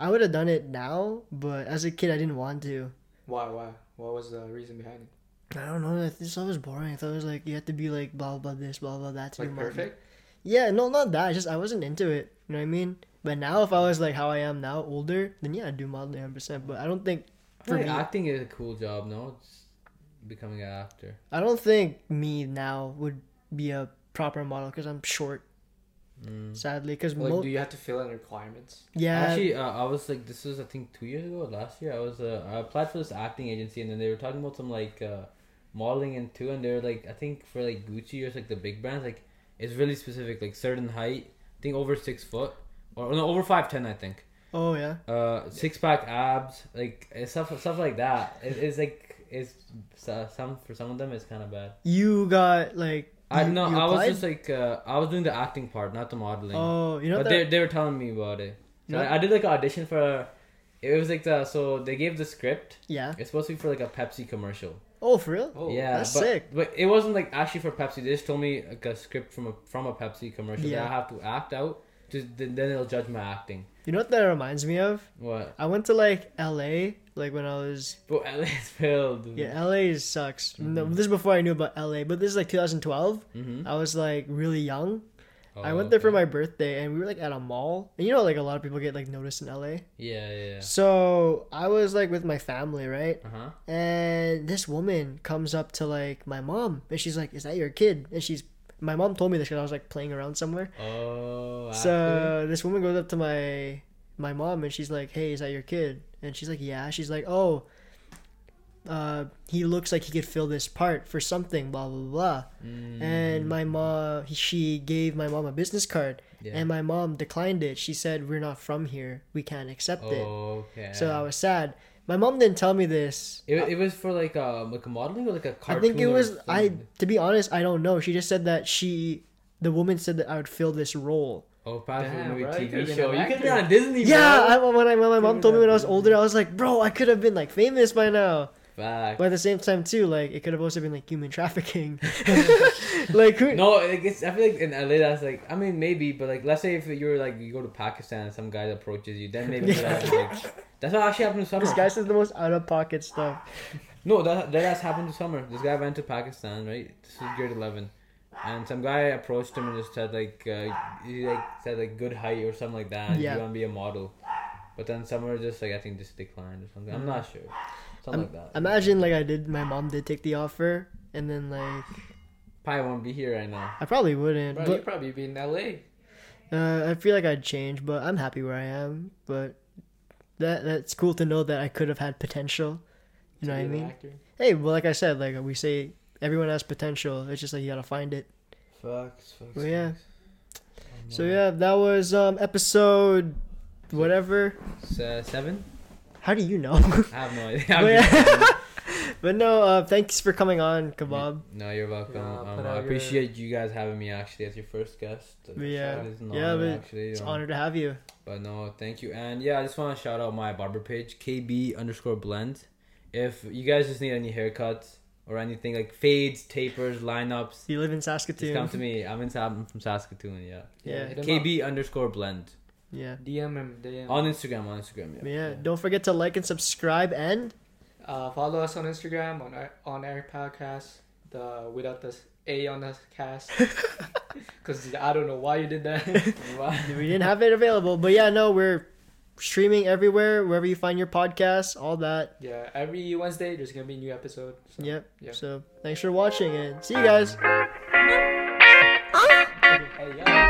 Speaker 1: I would have done it now, but as a kid I didn't want to.
Speaker 3: Why? Why? What was the reason behind it?
Speaker 1: I don't know. I just thought it was boring. I thought it was like you had to be like blah blah this, blah blah that to
Speaker 3: Like
Speaker 1: do modeling.
Speaker 3: perfect.
Speaker 1: Yeah, no, not that. Just I wasn't into it. You know what I mean? But now, if I was like how I am now, older, then yeah, I'd do modeling 100. percent But I don't think for
Speaker 2: Like,
Speaker 1: me,
Speaker 2: acting is a cool job, no? It's becoming an actor.
Speaker 1: I don't think me now would be a proper model because I'm short.
Speaker 2: Mm.
Speaker 1: Sadly, because
Speaker 3: Like,
Speaker 1: mo-
Speaker 3: do you have to fill in requirements?
Speaker 1: yeah,
Speaker 2: Actually, uh, I was like, this was I think two years ago, or last year. I was uh, I applied for this acting agency, and then they were talking about some like uh, modeling and too, and they were like, I think for like Gucci or like the big brands, like it's really specific, like certain height. I think over six foot or no, over five ten, I think.
Speaker 1: oh yeah,
Speaker 2: Uh, six pack abs, like it's stuff stuff like that. It, it's like it's so- some for some of them it's kind of bad.
Speaker 1: you got like
Speaker 2: I
Speaker 1: you-
Speaker 2: no,
Speaker 1: you
Speaker 2: I was
Speaker 1: applied?
Speaker 2: just like uh, I was doing the acting part, not the modeling
Speaker 1: oh you know
Speaker 2: but
Speaker 1: that
Speaker 2: they, they were telling me about it. So
Speaker 1: No.
Speaker 2: I, I did like an audition for. It was like the so they gave the script.
Speaker 1: yeah
Speaker 2: It's supposed to be for like a Pepsi commercial.
Speaker 1: oh for real
Speaker 3: Oh,
Speaker 2: yeah,
Speaker 1: that's
Speaker 2: but,
Speaker 1: sick.
Speaker 2: But it wasn't like actually for Pepsi. They just told me like a script from a from a Pepsi commercial
Speaker 1: Yeah.
Speaker 2: that I have to act out. To, then then they'll judge my acting.
Speaker 1: you know what that reminds me of
Speaker 2: What?
Speaker 1: I went to like L.A. like when I was
Speaker 2: But it's filled.
Speaker 1: yeah L.A. sucks no, this is before I knew about L.A. but this is like 2012
Speaker 2: Mm-hmm. Oh,
Speaker 1: I was like really young I went there for my birthday and we were like at a mall. And you know like a lot of people get like noticed in LA.
Speaker 2: Yeah, yeah.
Speaker 1: So I was like with my family, right?
Speaker 2: Uh huh.
Speaker 1: And this woman comes up to like my mom and she's like, Is that your kid? And she's my mom told me this because I was like playing around somewhere.
Speaker 2: Oh. actually?
Speaker 1: So this woman goes up to my my mom and she's like, Hey, is that your kid? And she's like, Yeah. She's like, Oh, uh, he looks like he could fill this part for something, blah blah blah.
Speaker 2: Mm,
Speaker 1: And my mom, she gave my mom a business card
Speaker 2: yeah.
Speaker 1: and my mom declined it. She said, "We're not from here. We can't accept
Speaker 2: Oh,
Speaker 1: it."
Speaker 2: okay.
Speaker 1: So I was sad. My mom didn't tell me this.
Speaker 2: It, it was for like a like a modeling or like a
Speaker 1: I
Speaker 2: cartoon.
Speaker 1: think it
Speaker 2: or
Speaker 1: was I.
Speaker 2: something?
Speaker 1: To be honest, I don't know. She just said that she, the woman said that I would fill this role.
Speaker 2: Oh, probably
Speaker 3: Damn,
Speaker 2: movie,
Speaker 3: bro, you could've
Speaker 2: TV
Speaker 3: been
Speaker 2: show.
Speaker 3: an
Speaker 2: You could be
Speaker 3: actor.
Speaker 2: on Disney.
Speaker 1: Yeah,
Speaker 2: bro.
Speaker 1: I, when, I, when my mom
Speaker 3: Dude,
Speaker 1: told me when I was
Speaker 3: that-
Speaker 1: older, I was like, bro, I could have been like famous by now.
Speaker 2: Fuck.
Speaker 1: But at the same time, too, like it could have also been like human trafficking. like who?
Speaker 2: No, like it's, I feel like in LA that's like I mean maybe, but like let's say if you're like you go to Pakistan and some guy approaches you, then maybe
Speaker 1: Yeah.
Speaker 2: that's like that's what actually happened to Summer.
Speaker 1: This guy says the most out of pocket stuff.
Speaker 2: no, that that has happened to Summer. This guy went to Pakistan, right? This is grade eleven, and some guy approached him and just said like uh, he like said like good height or something like that.
Speaker 1: Yeah.
Speaker 2: You want to be a model, but then Summer just like I think just declined or something. I'm not sure, something like that.
Speaker 1: Imagine like I did. My mom did take the offer, and then like
Speaker 2: Probably won't be here right now.
Speaker 1: I probably wouldn't.
Speaker 3: Bro,
Speaker 1: but-
Speaker 3: you'd probably be in LA.
Speaker 1: Uh, I feel like I'd change, but I'm happy where I am. But that that's cool to know that I could have had potential. You know what I mean? Hey, well, like I said, like we say, everyone has potential. It's just like you gotta find it.
Speaker 2: Fucks, fucks.
Speaker 1: Well, yeah.
Speaker 2: fucks.
Speaker 1: So yeah, that was um episode whatever
Speaker 2: S- uh, seven?
Speaker 1: How do you know?
Speaker 2: I have no idea.
Speaker 1: but no, uh, thanks for coming on, Kebab.
Speaker 2: No, you're welcome.
Speaker 3: Yeah,
Speaker 2: um,
Speaker 3: put
Speaker 2: I
Speaker 3: out your-
Speaker 2: appreciate you guys having me actually as your first guest.
Speaker 1: Yeah.
Speaker 2: It is an
Speaker 1: Yeah,
Speaker 2: honor,
Speaker 1: but
Speaker 2: actually.
Speaker 1: It's an
Speaker 2: um,
Speaker 1: honor to have you.
Speaker 2: But no, thank you. And yeah, I just want to shout out my barber page, KB underscore blend. If you guys just need any haircuts or anything like fades, tapers, lineups,
Speaker 1: You live in
Speaker 2: just come to
Speaker 1: Saskatoon.
Speaker 2: me. I'm in Sa- I'm from Saskatoon, yeah.
Speaker 1: Yeah.
Speaker 3: hit 'em
Speaker 2: KB underscore blend.
Speaker 1: Yeah.
Speaker 3: up. DM him. DM.
Speaker 2: On Instagram, on Instagram, yeah.
Speaker 1: Yeah. Don't forget to like and subscribe and
Speaker 3: Uh, follow us on Instagram on our- on Air Podcast. The without the s- A on the cast. Because I don't know why you did that. Why?
Speaker 1: we didn't have it available. But yeah, no, we're streaming everywhere, wherever you find your podcasts, all that.
Speaker 3: yeah. Every Wednesday there's gonna be a new episode. So.
Speaker 1: Yep.
Speaker 3: Yeah.
Speaker 1: So thanks for watching and see you guys.
Speaker 3: Hey, yeah.